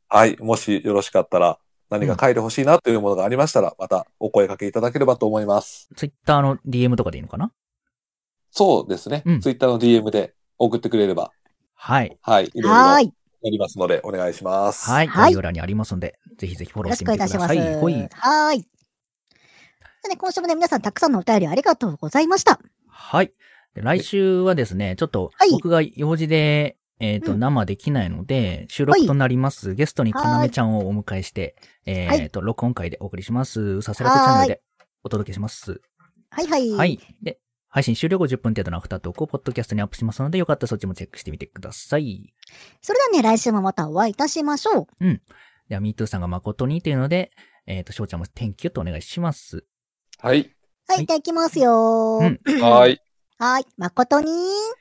Speaker 3: はい。もしよろしかったら、何か書いてほしいなというものがありましたら、またお声掛けいただければと思います。
Speaker 2: ツイッターの DM とかでいいのかな
Speaker 3: そうですね。
Speaker 2: うん
Speaker 3: ツイッターの DM で送ってくれれば。
Speaker 2: はい。
Speaker 4: はい。いろいろ
Speaker 1: は
Speaker 4: や
Speaker 1: ーい。
Speaker 4: りますので、お願いします。
Speaker 2: はい。
Speaker 1: はい
Speaker 2: 概要欄にありますので、ぜひぜひフ
Speaker 1: よ
Speaker 2: ォロー
Speaker 1: ろし
Speaker 2: し
Speaker 1: てくお
Speaker 2: みて
Speaker 1: 願
Speaker 2: くだ
Speaker 1: いしま
Speaker 2: さ
Speaker 1: す。
Speaker 2: い。
Speaker 1: は
Speaker 2: ほ
Speaker 1: ー
Speaker 2: い
Speaker 1: い。。さあね、今週もね、皆さんたくさんのお便りありがとうございました。
Speaker 2: はい。で来週はですね、ちょっと
Speaker 1: はい
Speaker 2: 僕が用事で、えっ、と、
Speaker 1: うん
Speaker 2: 生できないので、収録となります。ゲストにかなめちゃんをお迎えして、えっ、と、録音会でお送りします。うさせらとチャンネルでお届けします。
Speaker 1: はいはい。
Speaker 2: はい。で、配信終了後10分程度のアフタートークをポッドキャストにアップしますので、よかったらそっちもチェックしてみてください。
Speaker 1: それではね、来週もまたお会いいたしましょう。
Speaker 2: では、ミートゥーさんが誠にというので、えっ、と、しょうちゃんも天気をとお願いします。
Speaker 4: はい。
Speaker 1: は
Speaker 2: はい
Speaker 1: い、じゃあ行きますよー。
Speaker 2: うん
Speaker 4: はい。
Speaker 1: はい、誠に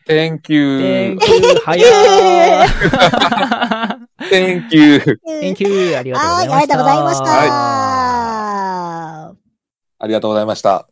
Speaker 4: Thank you.
Speaker 2: Thank you! 早ー
Speaker 4: Thank you.
Speaker 2: !Thank you! ありがとうござ
Speaker 1: はいい、あ
Speaker 2: ました。
Speaker 1: りがとうございました。
Speaker 4: ありがとうございました。